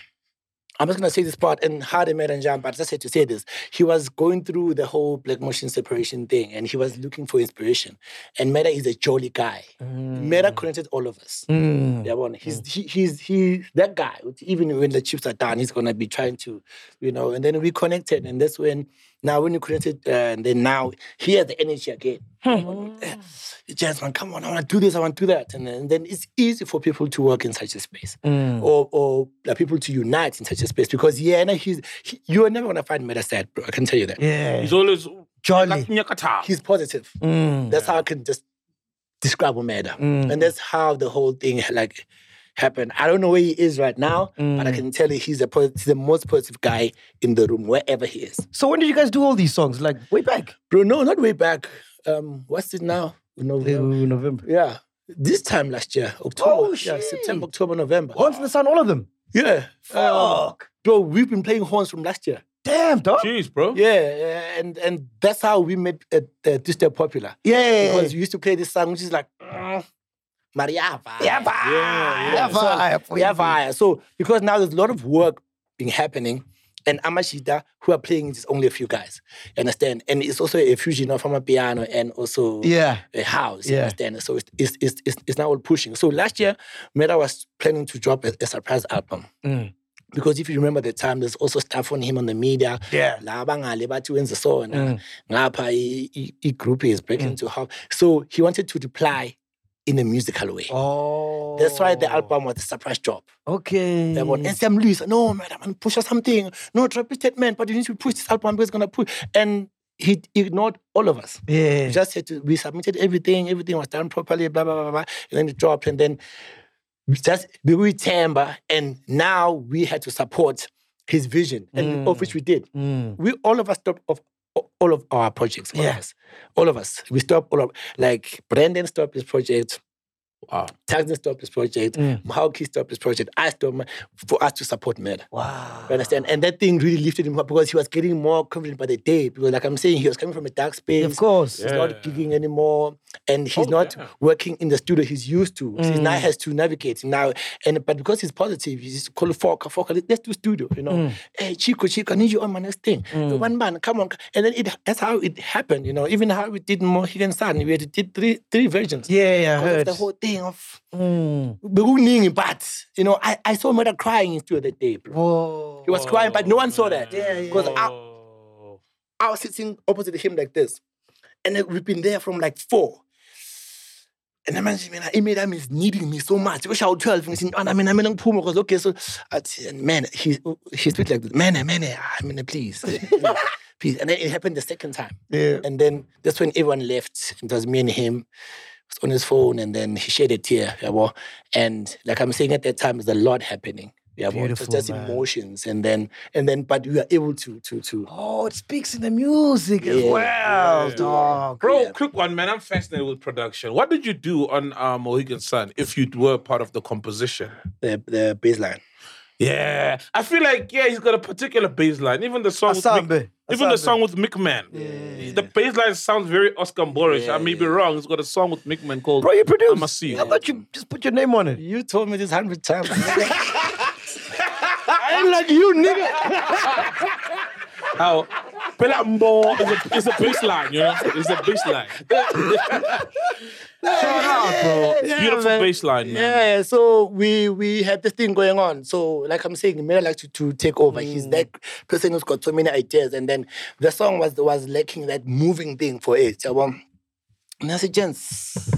I'm just gonna say this part and how they met and jump, but I just had to say this. He was going through the whole black motion separation thing and he was looking for inspiration. And Meta is a jolly guy.
Mm.
Meta connected all of us. Yeah, one. He's he, he's he's that guy. Even when the chips are down, he's gonna be trying to, you know. And then we connected, and that's when now when you connected, uh, and then now he has the energy again. Jazz man, come on, I want to do this, I want to do that, and then, then it's easy for people to work in such a space, or or like, people to unite in such a space because yeah, no, he's he, you are never gonna find Meta sad, bro. I can tell you that.
Yeah.
He's always
Jolly.
Nyakata.
He's positive.
Mm.
That's how I can just describe Umeda. And that's how the whole thing like happened. I don't know where he is right now, but
Mm.
I can tell you he's, a, posi- he's the most positive guy in the room, wherever he is.
So when did you guys do all these songs? Like way back.
Bro, no, not way back. Um, what's it now? November.
November.
Yeah. This time last year, October.
Oh,
Yeah,
shit.
September, October, November.
Horns in the Sun, all of them.
Yeah. Um,
Fuck.
bro, we've been playing horns from last year.
Damn, dog.
Jeez, bro.
Yeah, yeah, and and that's how we met at uh, This Day Popular.
Yeah.
Because we used to play this song, which is like, mm, But yeah, vibe.
Eh. Yeah, vibe.
Yeah,
yeah. Vibe.
So, yeah, vibe. So because now there's a lot of work being happening, and Amashita who are playing it is only a few guys. You understand? And it's also a fusion of a piano and also
Yeah.
a house. You
Yeah.
understand? So it's it's, it's it's it's now all pushing. So last year, Meta was planning to drop a, a surprise album.
Mm.
Because if you remember the time, there's also stuff on him on the media.
Yeah. Mm.
La bangali bathi wenze so na. Ngapha i- i- i- group is breaking into half. So he wanted to reply in a musical way.
Oh.
That's why the album was a surprise drop.
Okay.
Yabona? And Sam Lewis, no, man, I'm going to push for something. No, drop a statement, but you need to push this album because it's going to push. And he ignored all of us.
Yeah.
We just had to, we submitted everything, everything was done properly, blah, blah, blah, blah. And then it dropped. And then we just, we were timber. And now we had to support his vision, and of which we did.
Mm.
We, all of us stopped off all of our projects. All
Yeah.
of us. All of us. We stopped all of, like, Brandon stopped his project.
Wow.
Tagden stopped his project.
Mm.
Mahauki stopped his project. I stopped my, for us to support Meta.
Wow.
You understand? And that thing really lifted him up because he was getting more confident by the day. Because, like I'm saying, he was coming from a dark space.
Of course.
He's
Yeah.
not gigging anymore, and he's
Oh,
not
yeah.
working in the studio. He's used to. So He now
Mm.
has to navigate now, and but because he's positive, he's call Foka Foka. Let's do studio. You know,
Mm.
hey Chico, Chico, I need you on my next thing. One man, come on, and then it that's how it happened. You know, even how we did more Hidden Sun, we had did three three versions.
Yeah, yeah, I
Because of
heard.
the whole thing of
Mm.
Beguning, but you know, I, I saw Mother crying in studio that day, bro.
Whoa.
He was crying, but no one saw that.
Yeah, yeah,
Because I, I was sitting opposite him like this. And then we've been there from like four. And I imagine, man, Eminem is needing me so much. Wish I would 12. And he's, I mean, I'm in Puma. Because, okay, so, I said, man, he, he speaks like this. Man, man, I mean, please. please. And then it happened the second time.
Yeah.
And then that's when everyone left. It was me and him. It was on his phone, and then he shed a tear. Yeah, well, and like I'm saying at that time, there's a lot happening. Yeah, well, it's
Beautiful,
just
man.
emotions, and then and then, but we are able to to to.
Oh, it speaks in the music as
Yeah.
well, dog.
Bro, quick one, man. I'm fascinated with production. What did you do on uh, Mohegan Sun if you were part of the composition?
the the baseline.
Yeah, I feel like yeah, he's got a particular bass line. Even the song, with Mick-
Asambe.
even the
Asambe.
song with Mickman. Yeah. The bass line sounds very Oscar Borish. I may be wrong. He's got a song with Mickman called
Bro, you produced.
I'ma see.
How about you just put your name on it?
You told me this hundred times. <laughs>
I'm like you, nigga.
How? Pelumbo is a, is a bass line, you know? It's a bass line. Beautiful bass line, man.
yeah, yeah, so we we had this thing going on. So like I'm saying, Mira likes to, to take over.
Mm.
He's that person who's got so many ideas, and then the song was was lacking that moving thing for it. yabo. And I said, gents.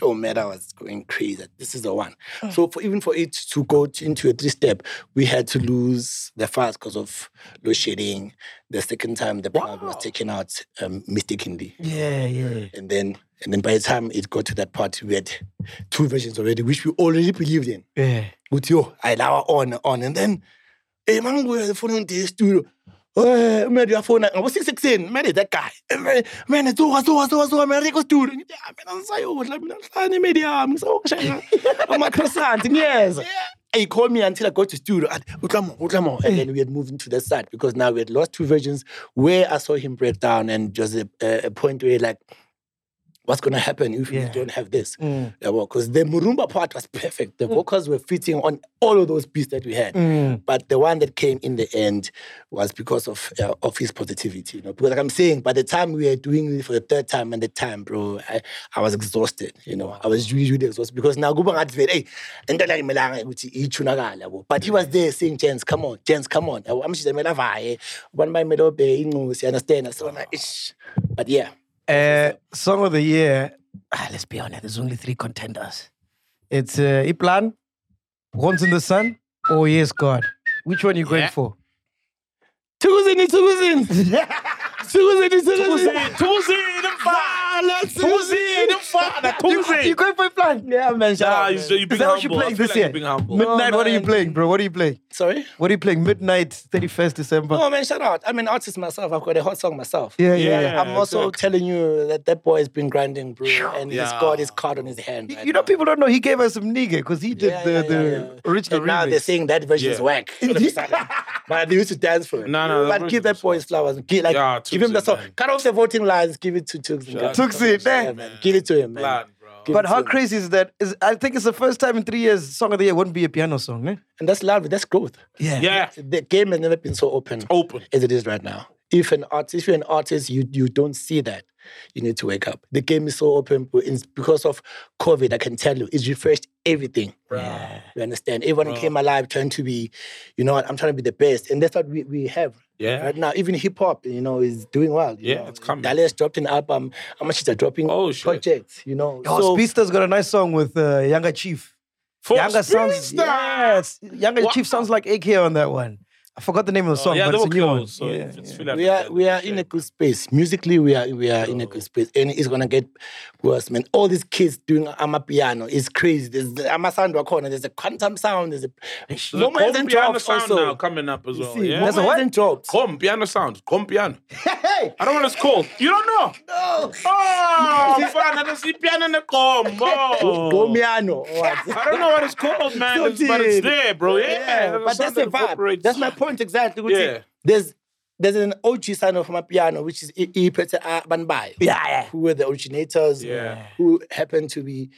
Yo, Meta was going crazy. This is the one.
Mm.
So for, even for it to go t- into a three step, we had to lose the first because of load shedding. The second time the plug was taken out um, mistakenly.
Yeah, yeah.
and then and then by the time it got to that part, we had two versions already, which we already believed in.
Yeah.
With yo, I allow on on, and then hey man, we the phone in the studio. Hey, man, your phone. I was six sixteen. Man, that guy. Eh, Man, man, it's over, it's over, it's over, it's over. Man, record studio. Yeah, man, I'm sorry, oh, like, man, I'm sorry, media. I'm so shy. I'm a croissant. Yes. He called me until I got to studio. And, "Utlamo, utlamo," and then we had moved into the side because now we had lost two versions where I saw him break down and just a, a, a point where like what's going to happen if we
Yeah.
don't have this? Because the Murumba part was perfect. The vocals were fitting on all of those beats that we had. But the one that came in the end was because of uh, of his positivity. You know? Because like I'm saying, by the time we were doing it for the third time and the time, bro, I, I was exhausted. You know, I was really, really exhausted because now Guba had said, hey, and then I but he was there saying, Jens, come on, Jens, come on. I'm just a one my middle bay, you understand? So I'm like, "Ish." but yeah.
Uh, song of the year. Ah, let's be honest. There's only three contenders. It's uh, Iplan, Once in the Sun, or Yes God. Which one you going for? <laughs>
Tukuzini, Tukuzini. Tukuzini, Tukuzini.
You, you going for Iplan? Yeah, man. shut
Nah,
up,
you-
man.
you're being
Is that what you're
humble. I
playing
feel
this
like
year?
you're being humble.
Midnight.
No,
what are you
man.
playing, bro? What are you playing?
Sorry?
What are you playing? Midnight, thirty first December.
No, man, shout out. I'm an artist myself. I've got a hot song myself.
yeah, yeah.
Yeah.
I'm also telling you that that boy has been grinding, bro, and he's
Yeah.
got his card on his hand.
You-
right
You know,
now.
people don't know he gave us some nigga because he did
Yeah,
the,
yeah,
the
yeah, yeah.
original
And now they're
remix.
saying that version is
Yeah.
whack. but they used to dance for it.
No, no, that
But
version
give that
was
boy his flowers. Give, like,
Yeah,
give him the
Tuxi,
song.
man.
Cut off the voting lines. Give it to Tugs.
Shout out
Tuxi,
to
man.
Tuxi,
Give it to him, man.
Plan, bro.
Give
But
it
how
to them.
crazy is that? Is I think it's the first time in three years song of the year wouldn't be a piano song, eh?
And that's love. That's growth.
Yeah.
Yeah.
The game has never been so open
Open.
as it is right now. If an artist, if you're an artist, you you don't see that. You need to wake up. The game is so open but it's because of COVID. I can tell you, it's refreshed everything. You understand? Everyone came alive, trying to be, you know, what, I'm trying to be the best, and that's what we, we have
Yeah.
right now. Even hip hop, you know, is doing well. you
Yeah,
know.
it's coming.
Dallas dropped an album. How much is dropping?
Oh, shit.
projects, you know.
Oh,
So-
Speedster's got a nice song with uh, Younger Chief.
For
Younger sounds,
Speedster!
yes. Younger
Wow.
Chief sounds like AK on that one. I forgot the name of the song,
Oh, yeah,
but
they
it's a
were
new one.
close, so
yeah,
it's
yeah.
feel like
we are
that.
we are in a good space musically. We are we are in a good space, and it's gonna get worse, man. All these kids doing ama piano is crazy. There's the ama sound corner. There's a quantum sound. There's a
There's a
Loma
Gom
hasn't
piano
dropped
sound
also.
now coming up as well.
See,
yeah?
Loma
There's a what?
hasn't dropped.
Com piano sound. Com piano. I don't know what it's called. You don't know? No.
<laughs>
Oh, fun. I don't see piano in the com. Oh. <laughs>
Gomiano. or what.
I don't know what it's called, man. It's- but it's there, bro. Yeah.
Yeah, but that's the vibe. That's my point exactly. Ukuthi
Yeah.
There's there's an OG sound of my piano, which is I- I Peter Banbai.
Yeah,
who were the originators,
Yeah.
who happened to be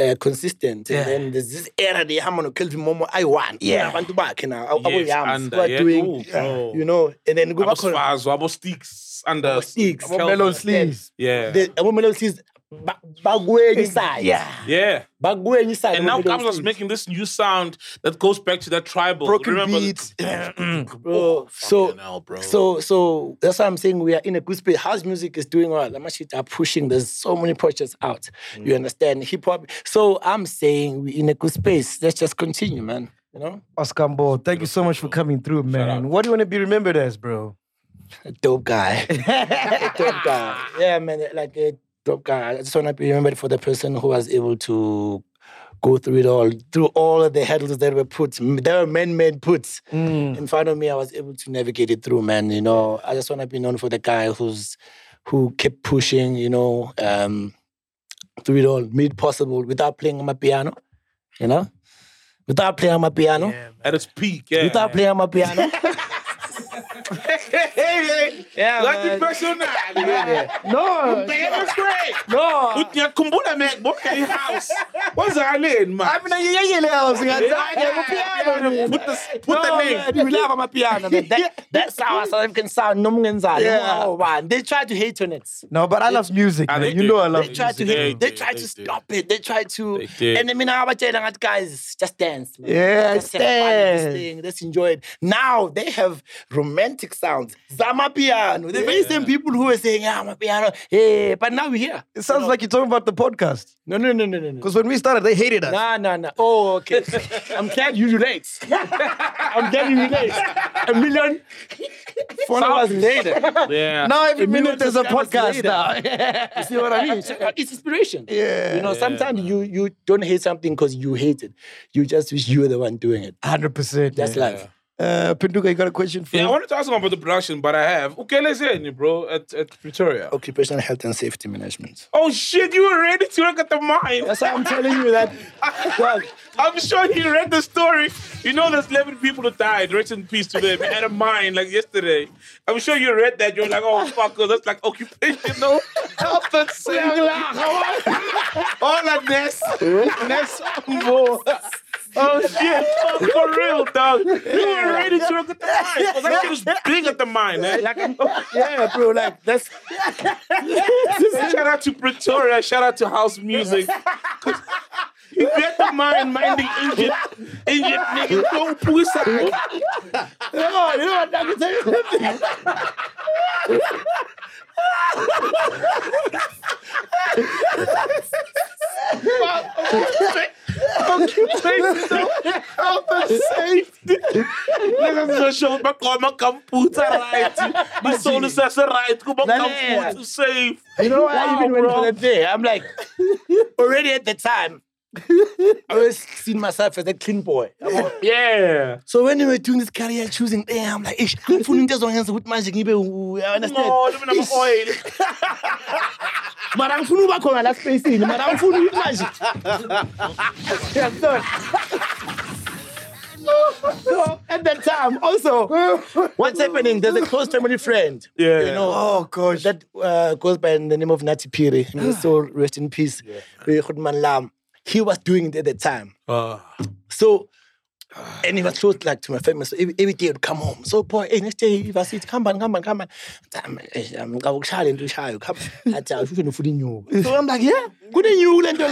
uh, consistent. And then there's this era they have on Kelvin Momo, I want.
Yeah.
I want to back and I
Yes,
am
under,
who are
yeah.
doing,
Ooh, bro.
you know, and then go back on
Abo sticks under
sticks.
Kelvin.
Mellow sleeves.
Yeah.
the a woman else is ba- bagwenye side.
Yeah.
yeah.
Bagwenye side.
And now
woman
comes
else
us
is.
making this new sound that goes back to that tribal.
Broken
Remember
beats.
Bro, Oh, so,
Fucking hell, bro.
so, so that's why I'm saying we are in a good space. House music is doing well. Lamashita are pushing. There's so many projects out. You understand? Hip hop. So I'm saying we're in a good space. Let's just continue, man. You know?
Oscar Mbo, thank you so much for coming through, man. What do you want to be remembered as, bro?
a dope guy. <laughs> a dope guy. Yeah, man, like a dope guy. I just want to be remembered for the person who was able to go through it all, through all of the hurdles that were put. There were man-made puts in front of me. I was able to navigate it through, man. You know, I just want to be known for the guy who's who kept pushing. You know, um, through it all, made possible without playing on my piano. You know, without playing on my piano.
At its peak, yeah.
Without playing on
<laughs>
my piano.
yeah, Lucky personality. Yeah.
<laughs> No, no.
Unyakhumbula man, bonke
<laughs>
ihouse. Wazaleni man.
I mean, yeah, yeah, yeah, I was like,
Put the put the name.
Man, we love on my piano.
<laughs>
Man. That, that's our South African sound. No Mungenzani.
Yeah.
Oh, man. They try to hate on it.
No, but I love music,
Ah,
man.
they
You
do.
know I love
They
They
music.
try to
did,
hate. They
they
try to
did.
stop it. They try to.
They did.
And I mean, I'm telling you, guys, just dance. Man.
Yeah,
just have fun with
dance.
this thing. Let's enjoy it. Now they have romantic sounds. Zama piano. The very same people who were saying, "Yeah, my piano." Hey, but now we're here.
It sounds like you're talking about the podcast.
No, no, no, no, no, no.
Because when we started, they hated us.
Nah, nah, nah. Oh, okay. <laughs> I'm glad you <laughs> relate. I'm glad you relate. A million <laughs> followers later.
Yeah.
Now every
If you
minute
want to
there's a
grab us
podcast
later.
now.
You see what I mean? So, <laughs> uh, It's inspiration.
Yeah.
You know, sometimes you you don't hate something because you hate it. You just wish you were the one doing it.
100%.
That's
man.
life.
Uh, Pinduka, you got a question for
Yeah, I
me?
wanted to ask him about the production, but I have. Okay, let's hear it, bro, at, at Pretoria.
Occupational health and safety management.
Oh shit, you were ready to look at the mine.
That's why I'm telling you that. Well,
I'm sure you read the story. You know, there's 11 people who died. Rest in peace to them. At a mine like yesterday. I'm sure you read that. You're like, oh fuck, that's like <laughs> occupational health and safety. All of this, this more. Oh shit, for real, dog. You were ready to look at the mine. 'cause that shit was big at the mine, eh?
like I'm, yeah, bro. Like that's
Shout out to Pretoria. Shout out to house music. 'Cause You get the mind minding injured, injured niggas go pussy.
no, you know what I can tell you.
Bakoma computer right. My soul is as a right. Kuba computer safe.
You know what? I
Wow,
even went
bro.
for that day. I'm like, already at the time. I always seen myself as a clean boy. I'm all-
Yeah.
So when we were doing this career choosing, eh, I'm like, ish, ngifuna into ezongenza ukuthi manje ngibe u- I understand.
No, let me
oh,
have oil.
Mara ngifuna ukuba khona la space-ini, mara angifuni ukuthi manje. Uyangithola? so at that time, also, what's happening? There's a close family friend.
Yeah.
You know,
Oh gosh.
that uh, goes by the name of Nati Piri. May his soul rest in peace. Uh, Khudman Lam. He was doing it at the time. So, and he was close like to my family. So every, every day he'd come home. So boy, hey, next day he was it, come on, come on, come on. I'm I'm challenge to child. Come I tell you, you new. So I'm like, yeah, good in you, Lendo.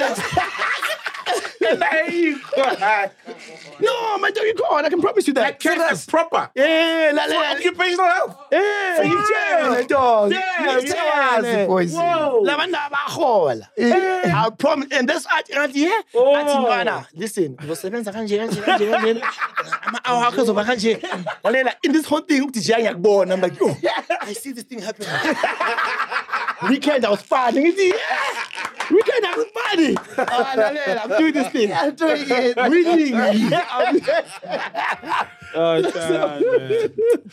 No, my dog, you can't. I can promise you
That
that.
case is proper.
Yeah, la,
For
la, la.
occupational health.
Yeah, yeah, dog.
Yeah,
Yeah,
yeah.
yeah.
Boys.
Whoa.
Oh.
La banda abahola.
Eh.
I promise. And that's what auntie, yeah?
Oh.
Auntie Nwana, listen. uzosebenza kanje kanje kanje kanje. Ama-hour akho azoba kanje. Lalela, in this whole thing, uDJ ngiyakubona. I'm like, oh, I see this thing happening. <laughs> Weekend, I was funny. Ngithi, yeah, Weekend, I was funny. Ah, lalela, I'm doing this thing. I'm doing it. Reading. <laughs>
<laughs>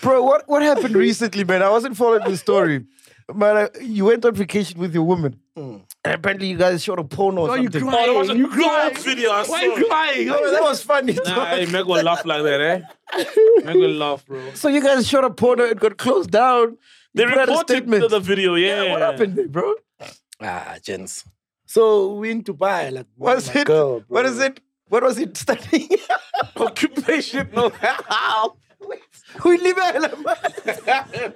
Bro, what, what happened recently, man? I wasn't following the story. But uh, you went on vacation with your woman. And apparently you guys shot a porn or something.
Oh, there was a dope video.
Why
I saw it.
you crying? Oh, that was funny.
Nah, hey, make one laugh like that, eh? Make one laugh, bro.
So you guys shot a porno, it got closed down. You
They
put out a
reported
statement.
to the video, yeah.
What happened there, bro?
Ah, gents. So we in Dubai, like,
Was
Oh my
it
girl,
what
bro.
is it? What was it studying? <laughs>
Occupational health.
we live in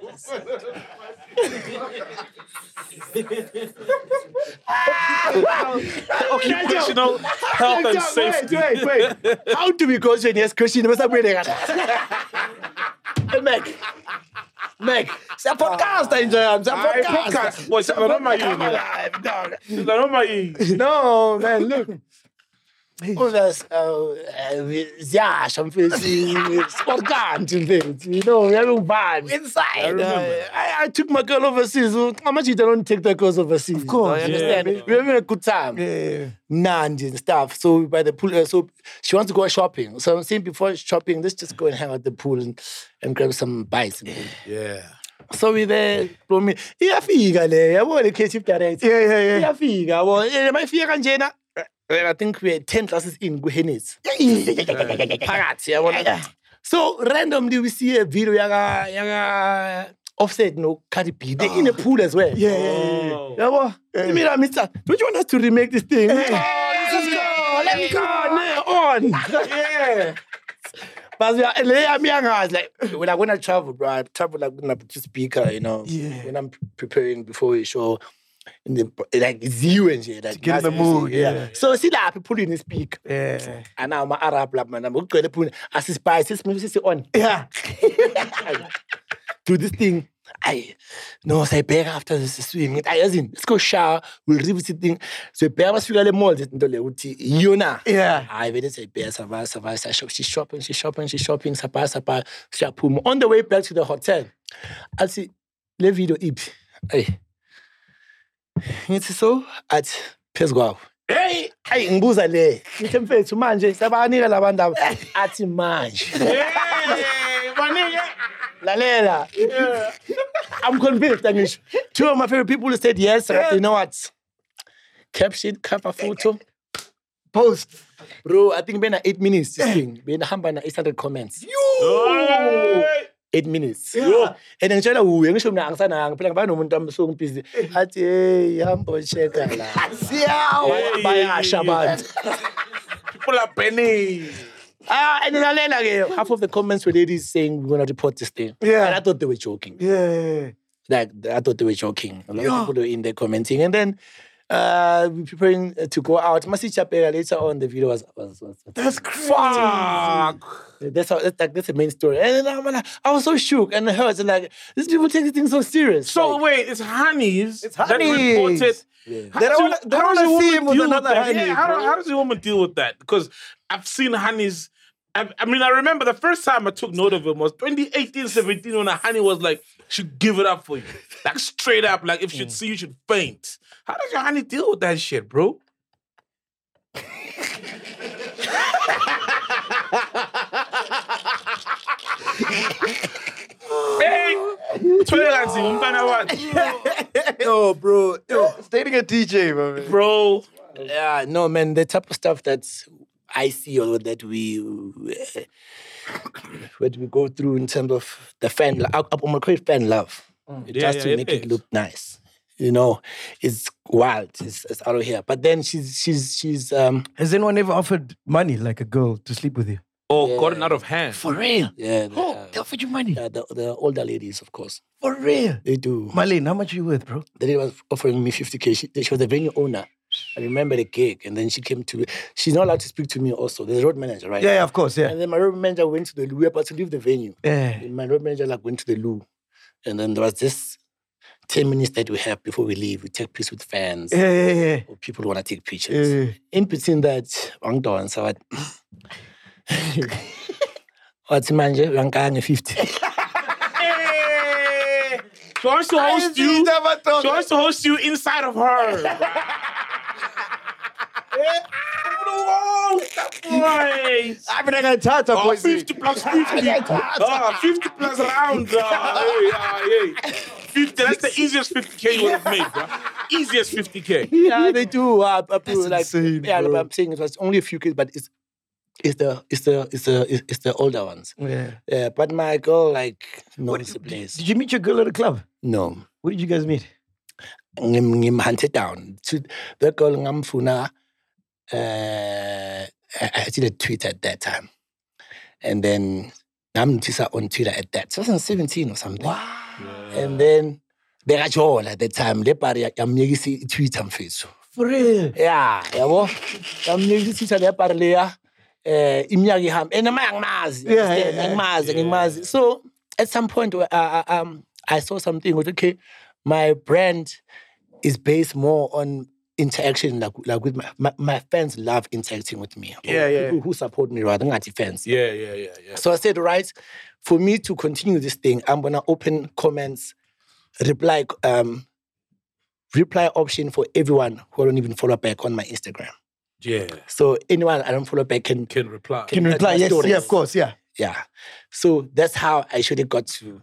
Occupational health and safety. <laughs>
Wait, wait, <laughs> wait. How do we go to the next question? What's happening? Meg. Meg. It's a podcast, I enjoy. It's Ah. a
Hey,
podcast.
podcast. Boy, something wrong with you, man.
Live, dog.
Something wrong with you.
No, man, look. All this, uh, yeah, something, organs and things, you know, we having vibes. Inside. I, uh, I, I took my girl overseas. How much you don't take the girls overseas? Of
course.
You understand? We're having a good time.
Lima.
Nandi and stuff. So by the pool, uh, so she wants to go shopping. So I'm saying before shopping, let's just go and hang out at the pool and, and grab some bites. and things.
Yeah.
so we there, blow me. Iyafika le, yabo le creative director.
Yeah, yeah, yeah.
Iyafika, yabo. Eh, mayifika kanjena. eh, Well, I think we're 10 classes in Guhenis. Phakathi, yabona. So randomly we see a video yaga yaga offset no Cardi B. They're in a pool as well.
Yeah, yeah, yeah.
Oh.
Yabo.
Eh.
Hey. Mira, Mister, don't you want us to remake this thing? Oh, let's go. Let's go.
<laughs>
Now on. yeah. But we are, and then I'm young, I was like, when I when I travel, bro, I travel like with my speaker, you know.
Yeah.
When I'm pre- preparing before a show, in the like it's you and shit, like
get in the
nothing is-
mood, yeah.
So see that people in the speak,
Yeah. Oh.
and now my Arab lab man, I'm going to put as a spice, this music is on.
Yeah.
Do this thing. Non, I no, say back e after the swim. I as in, let's go shower. We'll revisit thing. So back was figure the mall. That ndole uti yona.
Yeah.
I really say bear survive, survive. I shop. She's shopping, she's shopping, she's shopping. Survive, survive. She pum. On the way back to the hotel, I see le video ip. Hey, ngithi so at phezu kwawo. Hey, hey, ngibuza le. Ngithi mfethu manje sabanika labantu aba. athi manje.
Hey, my nigga.
Lalela. I'm convinced, Anish. Two of my favorite people said yes. You know what? Caption, cover photo.
Post.
Bro, I think been eight minutes this thing. Been hamba na 800 comments.
Hey.
Eight minutes. Yeah. And then China, we ngisho mina angisana ngiphela ngoba nomuntu wami so ngibhizi. Athi hey, hamba checker la. Baya- Bayasha abantu.
People are penny.
Ah, and then lalela ke half of the comments were ladies saying we're going to report this thing.
Yeah.
And I thought they were joking.
Yeah.
like I thought they were joking. A lot of people were in there commenting, and then uh, we preparing to go out. Masi Chapela later on the video was was, was
That's crazy.
Fuck.
that's how that's like that's the main story. And then I'm like, I was so shook and hurt, and like these people take this thing so serious.
So
like,
wait, it's honeys. It's
honeys.
That reported. How
They don't
does a-
wanna- they
how
don't
does a
wanna
woman
see him with
deal
another
that?
honey,
Yeah, how,
bro.
how does a woman deal with that? Because I've seen honeys. I, I mean, I remember the first time I took note of him was 2018, 17, when a honey was like, she'd give it up for you. Like, straight up, like, if she'd
Mm.
see you, she'd faint. How does your honey deal with that
<laughs>
shit, bro? hey! Toilet, you better watch.
no, bro, no.
Dating a DJ, my man.
Bro.
uh, yeah, no, man, the type of stuff uh, that I see or that we. what we go through in terms of the fan. lo- I, I'm gonna create fan love just
yeah,
to
it
make
is.
it look nice. You know, it's wild. It's, it's out of here. But then she's she's she's um
Has anyone ever offered money like a girl to sleep with you?
Or gotten Oh, out of hand.
For real?
yeah the,
Oh,
uh,
they offered you money.
yeah, the, the older ladies of course
For real?
they do.
Marlene, how much are you worth, bro?
the lady was offering me 50k. She, she was the venue owner. I remember the gig, and then she came to. She's not allowed to speak to me. Also, the road manager, right?
Yeah, yeah, of course, yeah.
And then my road manager went to the loo. We were about to leave the venue.
Yeah.
And my road manager like went to the loo, and then there was this ten minutes that we have before we leave. We take pictures with fans.
Yeah, yeah, yeah.
Or people want to take pictures.
yeah.
In between that, Wang Don, so
<laughs>
what? What's manje? Wang 50.
She wants to host you. She wants to host you inside of her.
I've been a tata
Oh, 50 plus 50. Ah, 50 plus rounds. Ah, hey, ah, hey. 50, that's the easiest 50K you would have made, bro. Easiest 50K.
yeah,
<laughs>
they do. Uh, uh, people, like,
insane,
yeah,
bro.
but I'm saying it was only a few kids, but it's it's the it's the it's the it's, it's the older ones.
Yeah.
Yeah, but my girl like
What-
knows the place.
Did you meet your girl at a club?
No,
Where did you guys meet?
I'm, I'm hunted down. To that girl, Ngamfuna, uh, I, I did a tweet at that time, and then I'm on Twitter at that 2017 or something. Wow. And then they got all at that time. They party. I'm yegisi tweet am face.
For real?
ya yabo yamnikisitha lebhari leya eh iminyaka ihambe and nama angimazi
Yeah,
understand?
yeah, yeah.
angimazi angimazi so at some point uh, uh, um, i saw something with okay my brand is based more on interaction like, like with my, my, my fans love interacting with me
Yeah, yeah.
People who support me rather than fans
Yeah, yeah, yeah, yeah.
so I said, right, for me to continue this thing, I'm gonna open comments, reply, um, reply option for everyone who I don't even follow back on my Instagram.
Yeah.
So anyone I don't follow back can,
Can reply.
Can you
That's
reply?
my
Yes,
stories.
yeah, of course, yeah.
yeah. So that's how I actually got to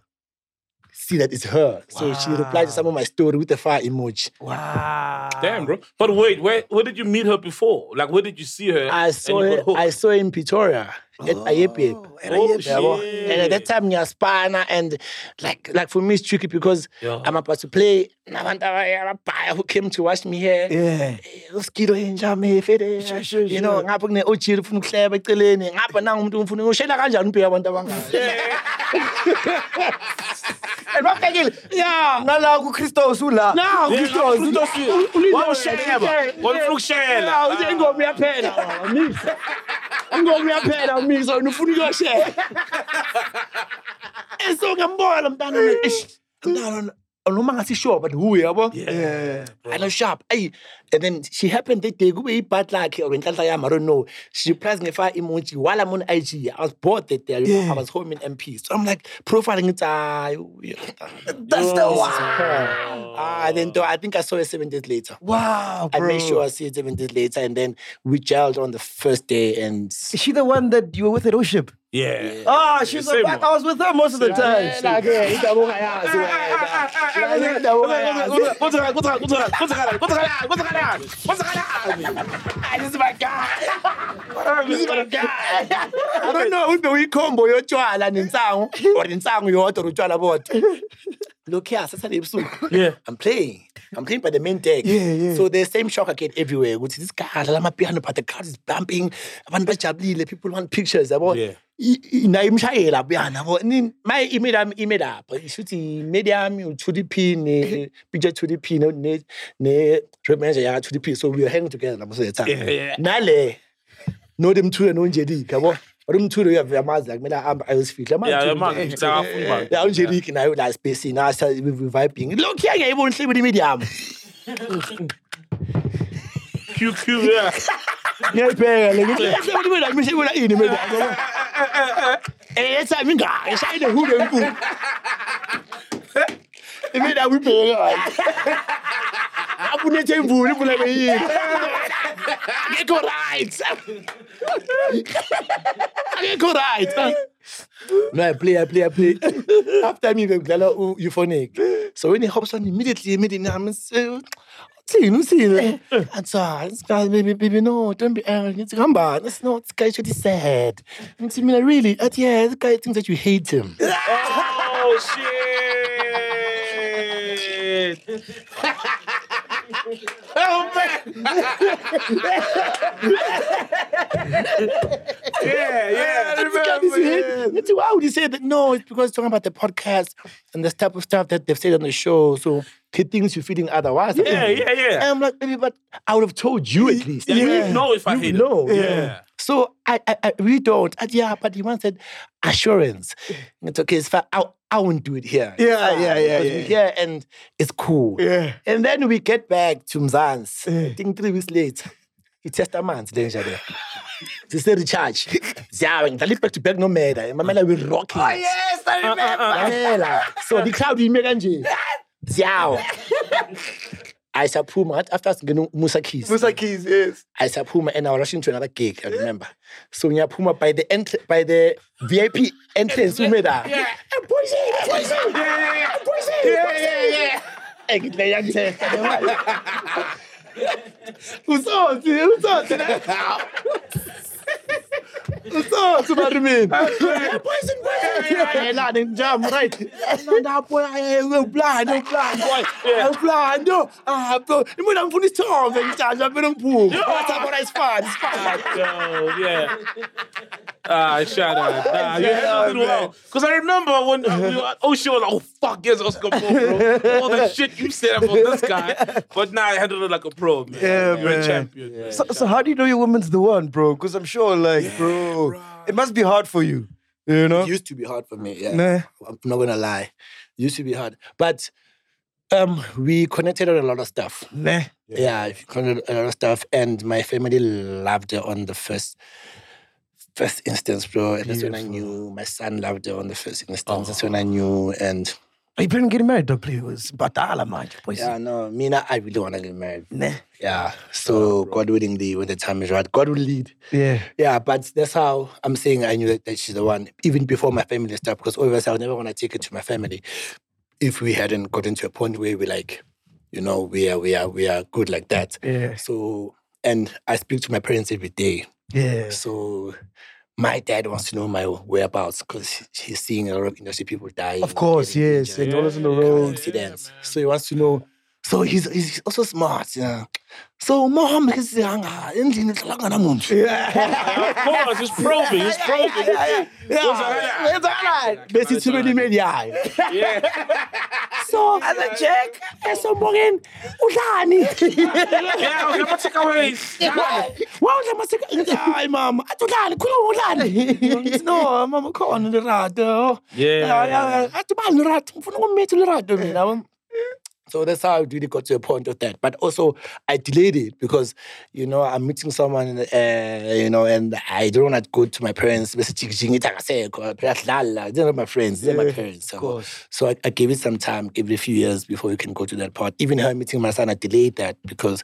see that it's her. So she replied to some of my story with the fire emoji.
Wow.
Damn, bro. But wait, where where did you meet her before? Like, where did you see her?
I
and
saw
you
her,
got hooked?
I saw her in Pretoria at Ayepie.
Oh,
yabo.
shit.
And at that time, ngiyaspana and like like for me it's tricky because
Yeah.
I'm about to play nabantu abaya- abaya who came to watch me here.
Yeah.
usikilo enjame fede
Sure, sure,
you know
sure.
ngapha kune ojiri ufuna ukuhleba eceleni ngapha nanga umuntu ngifuna ngoshela kanjani ubheka abantu abangani and babhekile yeah
Nala kuChristos ula.
now
Christos, u- u-
wawusheba
Wawufuna ukushayela.
uthi ingoma iyaphela mix ingoma iyaphela mix wena ufuna ukuyoshela and so ngambona lo mntana lo, eish, mntana lo, noma ngasishoba uye yabo
Yeah.
I know sharp. Hey, and then she happened that day. Kube ibhat lakhe or inhlanhla yami. I don't know. She replies ngefire emoji while I'm on IG. I was bored that day. I was home in MP. So I'm like profiling it. Ah, that's the one. Ah, then though I think I saw her seven days later.
<laughs> Wow,
I
bro.
made sure I see her seven days later, and then we gelled on the first day. And
Is she the one that you were with at Oship?
Yeah. yeah.
Ah, she's
Same
the back.
one.
I was with her most of the
<laughs>
time.
I don't know if we combo your chwala nensangu or nensangu yodwa or utshwala bodwa. Look here, Saturday ebusuku.
Yeah.
I'm playing. I'm playing by the main deck.
Yeah, yeah.
So the same shock I get everywhere. Which this guy adlala amapiano but the crowd is bumping. Abantu bajabulile, people want pictures yabo.
Yeah.
I- i- naye imshayeli abuyani yabo. Ni- My email yami ime lapha. Ishuthi email yami u-Tudy P ne picture Tudy P ne ne- ne road manager yaka Tudy P. So we were hanging together most of the time.
yeah.
Nale nodi mthule nonjelika yabo. Lo mthule uyamazi kumele ahambe ayosifihla. Manje
Yeah,
nje-
man.
<laughs>
It's our food, man.
la unjeliki nayo la space na sa reviving lokhu yangayibona hlebe imedium
QQ, yeah.
ngiyayibheka le hlebe imedium ishibona ini imedium eh time ingaka ishayile hube enkulu imedium ibheka abunethe imvula imvula beyini akekho right akekho right No, I play, I play, I play. After me, we glala u- euphonic. So when he hops on immediately, immediately, I'm so uthini uthini atswa guys Eh, baby baby no don't be arrogant hamba that's not this guy should be sad and to me really at yeah the guy thinks that you hate him
Oh shit! oh man! yeah, yeah, I remember. yeah.
That's why would you say that? No, it's because talking about the podcast and this type of stuff that they've said on the show. So he thinks you're feeling otherwise.
Yeah, yeah,
And
yeah.
I'm like, baby, but I would have told you at least.
Yeah, you would know if I
You
hate
would know.
it. Yeah.
So I, I, I really don't. And yeah, but he once said assurance. It's okay. It's fine. I, I won't do it here. It's
Yeah,
fine,
yeah, yeah,
because
yeah.
we're Here and it's cool.
Yeah.
And then we get back to Mzans. I think three weeks later. He test a month, then Jade. She said recharge. Yeah, when the back to back no matter. Mamela we rocking. Oh yes, I
Uh,
remember. so the crowd we
<laughs>
make nje. Ziao. I saphuma after singena Musa Keys.
Musa Keys, yes.
I saphuma and I was rushing to another gig, I remember. So ngiyaphuma by the entr- by the VIP entrance we made that. Yeah. Poison, poison, yeah, poison, yeah, yeah, yeah. Ngidle <laughs> yangithe. Usothi, usothi <laughs> na. Usothi barimini. Poison, poison. Yena ninjam right. Ndapho ayo blind, I'm blind boy. I'm blind. yo. Ah, bro. Imina ngifuna isithombe ngijanja phela ngiphuka. Wathi bona it's fun, it's fun.
Yo, uh, yeah. Ah, shout out. Nah, you handled it well. Because I remember <laughs> when uh, we were at Ocean, like, oh, fuck, yes, Oscar Paul, bro. All the shit you said about this guy. But now nah, I handled it like a pro, man.
Yeah,
You're a
man.
champion. man.
So, so how do you know your woman's the one, bro? Because I'm sure, like, bro, it must be hard for you. You know?
It used to be hard for me. Yeah.
Nah.
I'm not gonna lie. It used to be hard. But um we connected on a lot of stuff.
nah.
Yeah, we connected on a lot of stuff. And my family loved her on the first first instance, bro. And that's when I knew my son loved her on the first instance. That's when I knew and
Are you planning getting married, though, please? It was Batala, man. Boys.
yeah, no, Mina, I really wanna get married.
Nah.
Yeah. So God willingly, when the time is right, God will lead.
Yeah.
Yeah, but that's how I'm saying I knew that, that she's the one, even before my family stuff, because obviously I was never going to take it to my family if we hadn't gotten to a point where we like, you know, we are, we are, we are good like that.
Yeah.
So, and I speak to my parents every day.
Yeah.
So my dad wants to know my whereabouts because he's seeing a lot of industry people dying.
Of course,
getting
yes.
injured
And dollars on the
road
road.
incidents. so he wants to know. So he's he's also smart. Yeah. So mom is younger. Endlini hlanga namuntu.
Of course, it's probing. <laughs> It's probing.
Yeah. Bese tube limeliyayo.
Yeah.
<laughs> So as a check, esombongeni <laughs> udlani.
Yeah, I was gonna take away.
Wawudla masika. Hayi mama, athi udlani, khuluma udlani. <laughs> No, mama khona lirato.
Yeah.
Athi bani lirato, ngifuna ukumitha lirato mina. So that's how I really got to a point of that. But also, I delayed it because, you know, I'm meeting someone, uh, you know, and I don't want to go to my parents. Basically, They're not my friends, they're my parents. So, so I, I gave it some time, gave it a few years before you can go to that part. Even her meeting my son, I delayed that because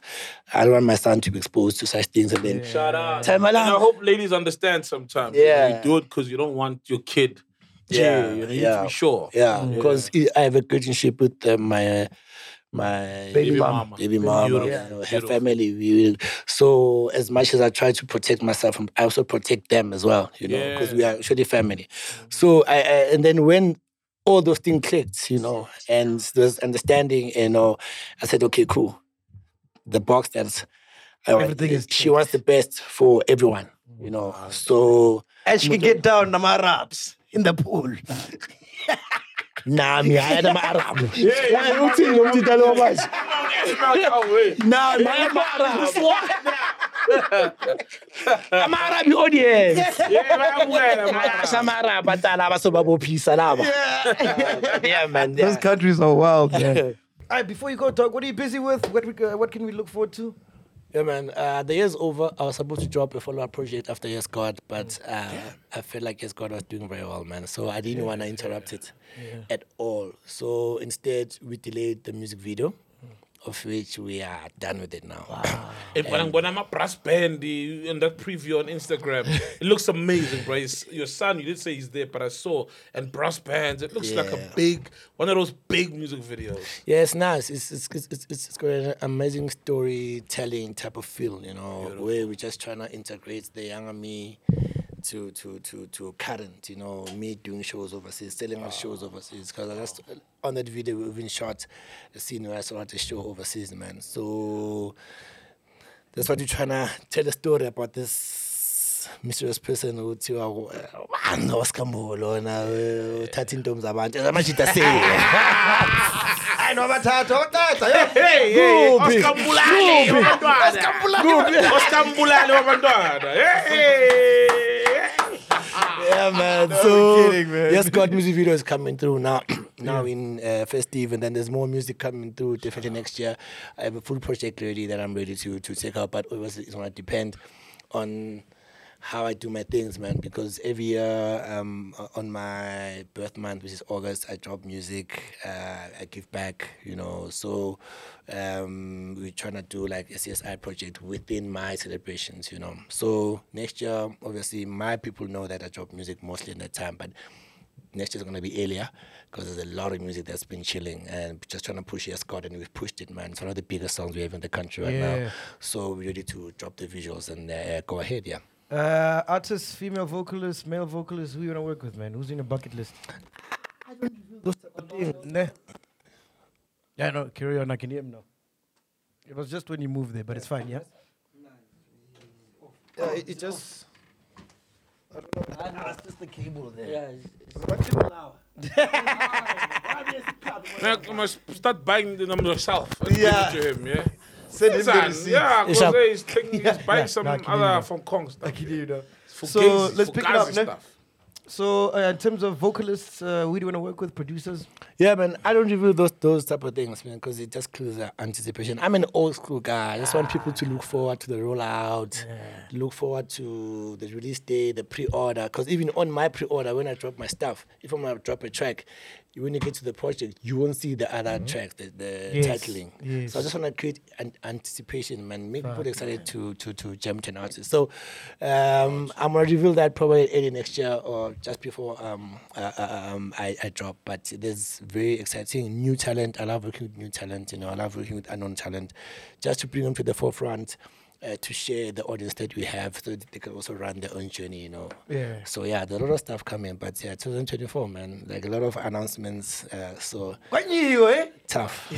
I don't want my son to be exposed to such things. And then,
Shout out.
Time
and I
alarm.
hope ladies understand sometimes.
Yeah.
You do it because you don't want your kid.
Yeah,
Yeah. You need to
yeah.
be sure.
Yeah, because I have a good relationship with uh, my uh, my
Baby
Baby
mama.
mama.
baby mama,
Beautiful.
you know, her
Beautiful.
family. We will, so as much as I try to protect myself, I also protect them as well, you know, because we are actually family.
Mm-hmm.
So I, I and then when all those things clicked, you know, and there's understanding, you know, I said, okay, cool. The box that's I want-
Everything is
she wants the best for everyone,
Oh
you know. So
And she can get down on my raps in the
<laughs>
pool.
nami hayi anama-arabu
<laughs>
Hayi, uthini umthinta lowo manje nami hayi ama-arabu ama-arabi audience Asha ama-arabu atala abasobabophisa laba <laughs> yeah man yeah.
Those countries are wild, <laughs> man. All right, before you go, talk, what are you busy with? What, we, uh, what can we look forward to?
Yeah, man. Uh, the year's over. I was supposed to drop a follow-up project after Yes God, but uh, I felt like Yes God was doing very well, man. So I didn't want to interrupt it at all. So instead, we delayed the music video of which we are done with it now.
If I'm going to brass band eh, and that preview on Instagram, it looks amazing, bro. It's- your son, you did say he's there, but I saw and brass bands. It looks like a
Yeah.
big one of those big music videos.
Yeah, it's nice. It's it's it's, it's, it's got an amazing storytelling type of feel, you know, where we're just trying to integrate the younger me to to to to current, you know, me doing shows overseas, selling out shows overseas. Because I just on that video we even shot a scene where I saw the show overseas, man. So that's what you're trying to tell a story about this mysterious person kuthiwa ubani <laughs> wasikhambulo wena eh, uthatha iintombi zabantu zamajita sey
I know about that. What that? <laughs> Hey,
Oscar Mbulani wabantwana. Oscar Mbulani wabantwana. Hey.
<laughs>
yeah, man. so
kidding, man.
yes, God music video is coming through now. <clears throat> now in uh, festive, and then there's more music coming through definitely next year. I have a full project ready that I'm ready to to take out, but obviously it's gonna depend on how I do my things, man. Because every year um, o- on my birth month, which is August, I drop music. Uh, I give back, you know. So um, we're trying to do like a CSI project within my celebrations, you know. So next year, obviously, my people know that I drop music mostly in that time, but next year's gonna be earlier because there's a lot of music that's been chilling and just trying to push yes God and we've pushed it man. It's one of the biggest songs we have in the country right now.
Yeah.
So we're ready to drop the visuals and uh, go ahead, yeah.
Uh, artists, female vocalists, male vocalists. Who you wanna work with, man? Who's in your bucket list? Nah. Yeah, no, carry on. I can hear him now. It was just when you moved there, but it's fine. Yeah. Yeah, it, it just.
Now I must start buying the number yourself.
Yeah.
Yeah. To him, yeah.
Send him the
Son,
receipt.
yeah, because
up.
he's, taking, he's buying
Yeah,
some
nah, I can hear
other
you.
from Kong stuff.
I can hear you now.
For
So
Gazi-
let's
for
pick it
Gazi
up, ne?
stuff.
So, uh, in terms of vocalists, uh, who do you wanna work with? Producers.
Yeah, man, I don't reveal those those type of things, man, because it just kills the anticipation. I'm an old school guy. I just want people to look forward to the rollout, look forward to the release day, the pre-order. Because even on my pre-order, when I drop my stuff, if I'm gonna drop a track, you- when you get to the project, you won't see the other tracks, the, the
Yes,
titling.
yes.
So I just want to create an anticipation, man, make people excited to to to jump to an artist. So um, I'm gonna reveal that probably early next year or just before um, uh, uh, um I, I drop. But there's very exciting new talent. I love working with new talent. You know, I love working with unknown talent, just to bring them to the forefront. Uh, to share the audience that we have so that they can also run their own journey, you know.
Yeah.
So, yeah, there's a lot of stuff coming, but yeah, 2024, man, like a lot of announcements. Uh, so,
When you, eh?
tough.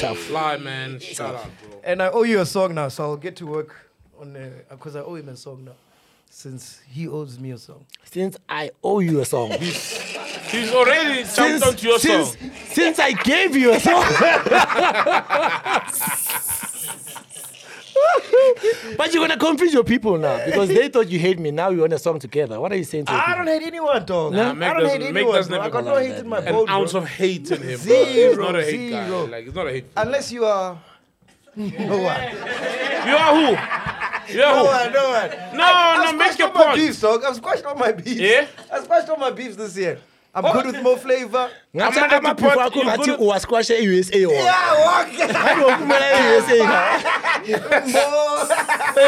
tough.
Fly, man. Shout out, bro.
And I owe you a song now, so I'll get to work on because I owe him a song now, since he owes me a song.
Since I owe you
<laughs>
a song.
He's already jumped onto your
since,
song.
since I gave you a song. <laughs> but you're gonna confuse your people now because they thought you hate me. Now you want a song together. What are you saying to your
Ah,
I
people?
don't hate anyone, dog.
Nah,
I
Mac
don't
doesn't-
hate
Mac
anyone.
doesn't
Bro. I
even
got no
like
hate
that,
in my
An
boat, bro.
ounce of hate in him, bro. he's
Zero,
not a hate
zero.
guy. Like, he's not a hate.
Unless you
<laughs>
are no
Oh,
one,
You are who? You
no uh,
are who?
one, no one.
No,
I've
no, make
squashed
your
all my
point.
beefs, dog. I've squashed all my beefs.
Yeah?
I've squashed all my beefs this year. I'm good with more flavor.
<laughs>
Ngathi
I'm not
abantu
about-
bakho
you're gonna-
ngathi uwasquasha e-USA wona.
Yeah, walk.
Uyophumela
<laughs>
e-USA ngayo.
More.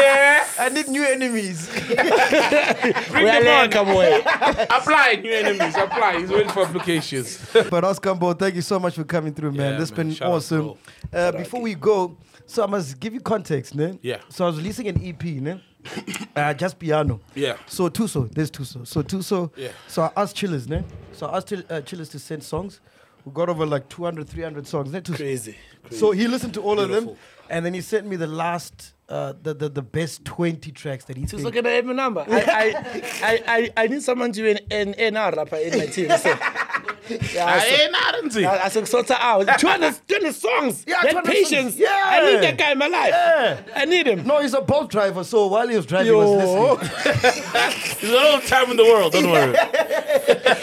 Yeah.
I need new enemies.
Bring them on.
Uyalenga boy.
Apply new enemies. Apply. He's waiting for applications.
But Oscar Bo, thank you so much for coming through, man.
Yeah,
That's
man.
been
Shout out,
awesome.
bro.
uh, before we go, so I must give you context, ne?
Yeah.
So I was releasing an EP, ne? <coughs> uh, just piano.
Yeah.
So Tuso, there's Tuso. So Tuso.
Yeah.
So I asked Chillers, ne? So I asked Chill- uh, Chillers to send songs. We got over like 200, 300 songs, ne? Tuso.
Crazy.
So he listened to all of them,
Beautiful.
and then he sent me the last, uh, the, the the best 20 tracks that he.
<laughs> So
thinks.
can I have your number? I, I, I, I, I need someone to be an, an NR rapper in my team. So. Yeah, so-
Hey, nah, didn't he?
I, I said, sort her out. 200, 200 songs.
Yeah,
that
200 songs.
patience.
Yeah.
I need that guy in my life.
Yeah.
I need him.
No, he's a boat driver. So while he was driving, he was listening.
Yo.
There's a lot of time in the world. Don't
<laughs>
worry.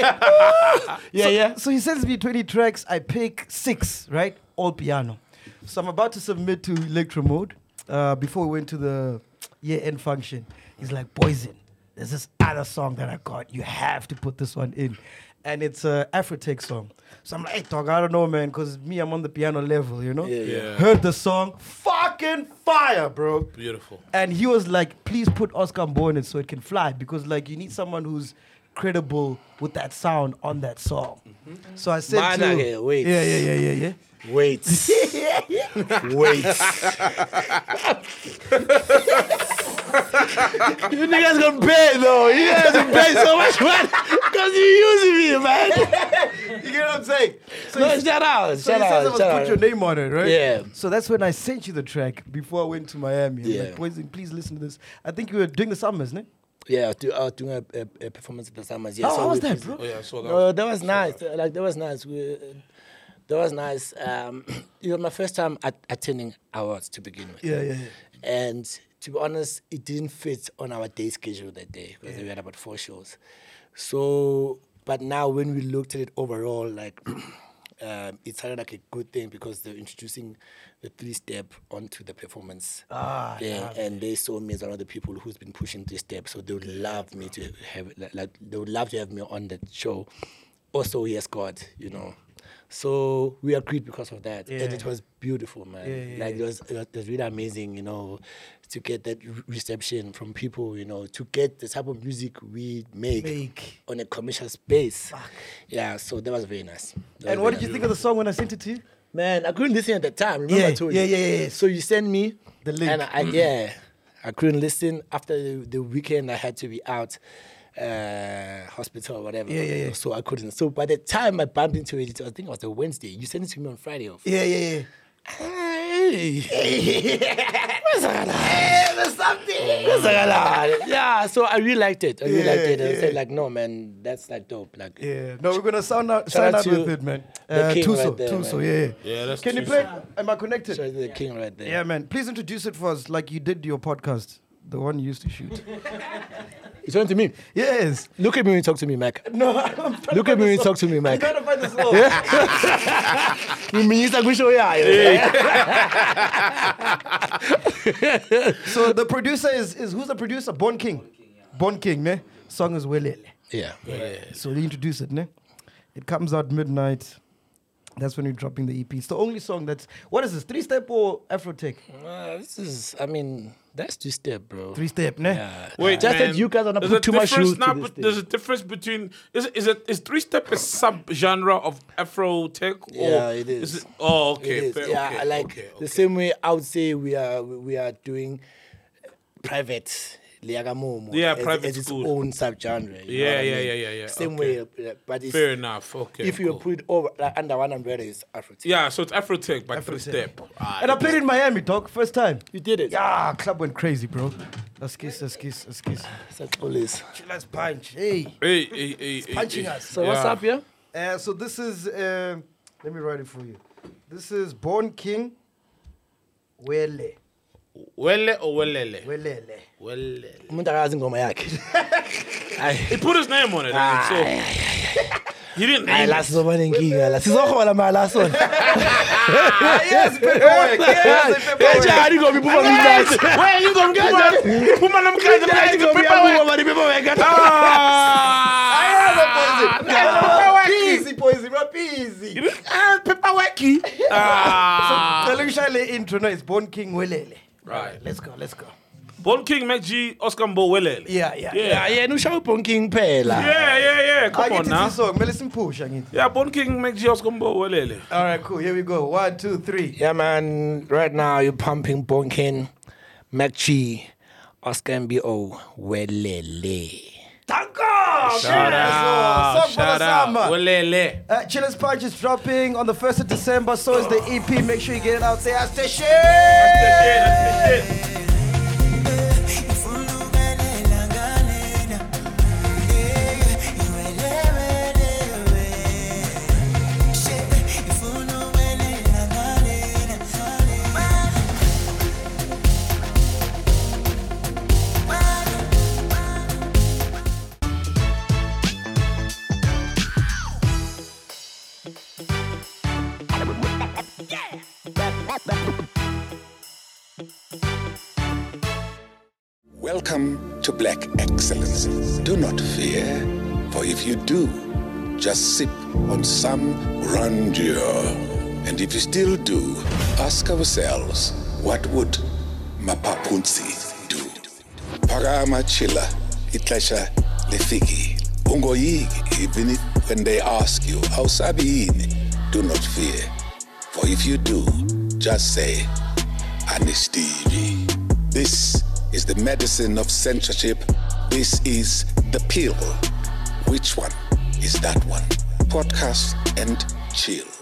Yeah, yeah.
So he sends me 20 tracks. I pick six, right? All piano. So I'm about to submit to Electro Mode uh, before we went to the year end function. He's like, Poison, there's this other song that I got. You have to put this one in. and it's an Afrotech song. So I'm like, hey, dog, I don't know, man, because me, I'm on the piano level, you know?
Yeah, yeah.
Yeah.
Heard the song, fucking fire, bro.
Beautiful.
And he was like, please put Oscar Mbo in it so it can fly because, like, you need someone who's credible with that sound on that song. So I said,
Mm-hmm. Man,
to,
okay, wait.
Yeah, yeah, yeah, yeah, yeah.
Wait, wait. <laughs> you niggas gonna pay though. You guys gonna pay so much money because you're using me, man.
<laughs> You get what I'm saying? <laughs> So
No,
he-
shout out,
So
shout
he says I
out,
must
shout out.
put your name on it, right?
Yeah.
So that's when I sent you the track before I went to Miami. Yeah.
Yeah.
Like, Poison, please listen to this. I think you were doing the summer, isn't it?
Yeah, I was do- I was doing a, a, a performance at the summers. Yeah,
How- how was
we-
that, bro?
Oh yeah, I saw that.
No, that was nice. Uh, Like that was nice. We, uh, that was nice. Um, <clears throat> it was my first time at, attending awards to begin with.
Yeah, yeah, yeah.
And to be honest, it didn't fit on our day schedule that day because we had about four shows. So, but now when we looked at it overall, like <clears throat> um, it sounded like a good thing because they're introducing the three step onto the performance. Ah, yeah. And they saw me as one of the people who's been pushing three step, so they would love me to have like- like they would love to have me on that show. Also, yes, God, you know. So we agreed because of that, and it
Yeah.
was beautiful, man.
Yeah, yeah,
like it was, it was- it was really amazing, you know, to get that re- reception from people, you know, to get the type of music we make,
Make.
on a commercial space. Yeah, so that was very nice. That was
And what
very
did you
nice.
think of the song when I sent it to you?
Man, I couldn't listen at the time. Remember, I
Yeah,
told
yeah,
you.
yeah, yeah, yeah.
So you send me
The link. Mm.
and I, yeah, I couldn't listen after the, the weekend. I had to be out, uh, hospital or whatever.
Yeah, yeah, yeah.
So I couldn't. So by the time I bumped into it, it was- I think it was a Wednesday. You sent it to me on Friday. Of
Yeah, yeah, yeah.
there's something. yeah, so I really liked it. I really liked it. I said like, no, man, that's like dope. Like,
Yeah. No, we're gonna sound out,
Shout
sign
out
out
to
with it, man.
the
Uh,
king
Tuso,
right there,
Tuso,
man.
yeah. yeah.
Yeah, that's
Can you
Tuso.
play? Am I connected?
so the king right there.
Yeah, man. Please introduce it for us, like you did your podcast, the one you used to shoot. <laughs>
You turn to me.
yes.
Look at me when you talk to me, Mac.
No, I'm trying
Look
to
at
find
me when you
the
talk to me,
song. I'm
Mac. <laughs>
trying to find the song.
Minister Gushoya.
So the producer is, is who's the producer? Bon King. Bon King, ne? Song is Welele.
Yeah.
So they introduce it, ne? It comes out midnight. That's when you're dropping the EP. It's the only song that's what is this? Three step or Afro tech?
Uh, this is, I mean, that's two step, bro.
Three step, ne?
Yeah.
Wait,
just
man.
that you guys are not
There's
put
a
too much
difference
shoes
now,
to this
but there's a
thing.
difference between is it- is it is three step a sub genre of Afro tech? Or
Yeah, it is.
oh,
It
okay,
is,
fair,
yeah,
okay,
like
okay,
the
okay.
same way I would say we are we are doing private Liagamomo.
Yeah,
as,
private
as its
school.
own subgenre. you
Yeah,
know what I
yeah, yeah,
mean?
yeah, yeah,
Same
okay.
way, uh, but it's,
Fair enough. Okay.
if you
cool.
put it over like, under one umbrella, it's Afro.
yeah, so it's Afro tech by three step. Ah,
And I played in Miami, dog, first time.
you did it.
Yeah, club went crazy, bro. Let's kiss, let's kiss, let's kiss.
It's like police.
Let's punch. Hey.
Hey, hey, hey, hey,
punching
hey.
us.
So what's
Yeah.
up, yeah?
Uh, so this is uh, let me write it for you. This is Bon King Wele.
Wele or Welele?
Welele.
Welele.
Umuntu akazi ingoma yakhe.
He put his name on it.
Ah,
and so he didn't
Hayi
name
la
it.
sizoba nenkinga la. Sizohola mara la sona.
Ah, Yes, paperwork. Yes, the paperwork.
Kanjani ingoma iphuma kumnandi.
Where you gonna
<laughs>
get that? Puma namhlanje
Kanjani
manje
ingoma
paperwork.
iyaphuma, i-paperwork.
I am
Ah!
a poison. I am a poison. Rapizi.
You didn't- Ah, paperwork. Ah.
Kalushale intro no, it's Bon King Welele.
<laughs> Right.
Let's go, let's go.
Bon King Mac G Oscar Mbowelele.
Yeah, yeah.
Yeah.
Yeah, yena ushaya ubhonking kuphela.
Yeah, yeah, yeah.
I
Come
get
on
it
now.
this song. Melissa Push, I get it.
Yeah, Bon King Mac G Oscar Mbowelele.
All right, cool. Here we go. One, two, three.
Yeah, man. Right now you're pumping bonking, Mac G, Oscar MBO, Welele.
Thank God.
Shout out.
Song for the
Shout out.
summer.
Welele.
Uh, Chillers Punch is dropping on the 1st of December, so is the EP. Make sure you get it out there. That's the shit!
Shit, shit.
Welcome to Black Excellence. Do not fear, for if you do, Just sip on some grandeur. And if you still do, ask ourselves, what would Mapapunzi do? Parama chila, itlasha lefiki. Ungoyiki, even if when they ask you, Ausabiini, do not fear. For if you do, just say, Anis TV. This is the medicine of censorship. This is the pill. Which one is that one? Podcast and chill.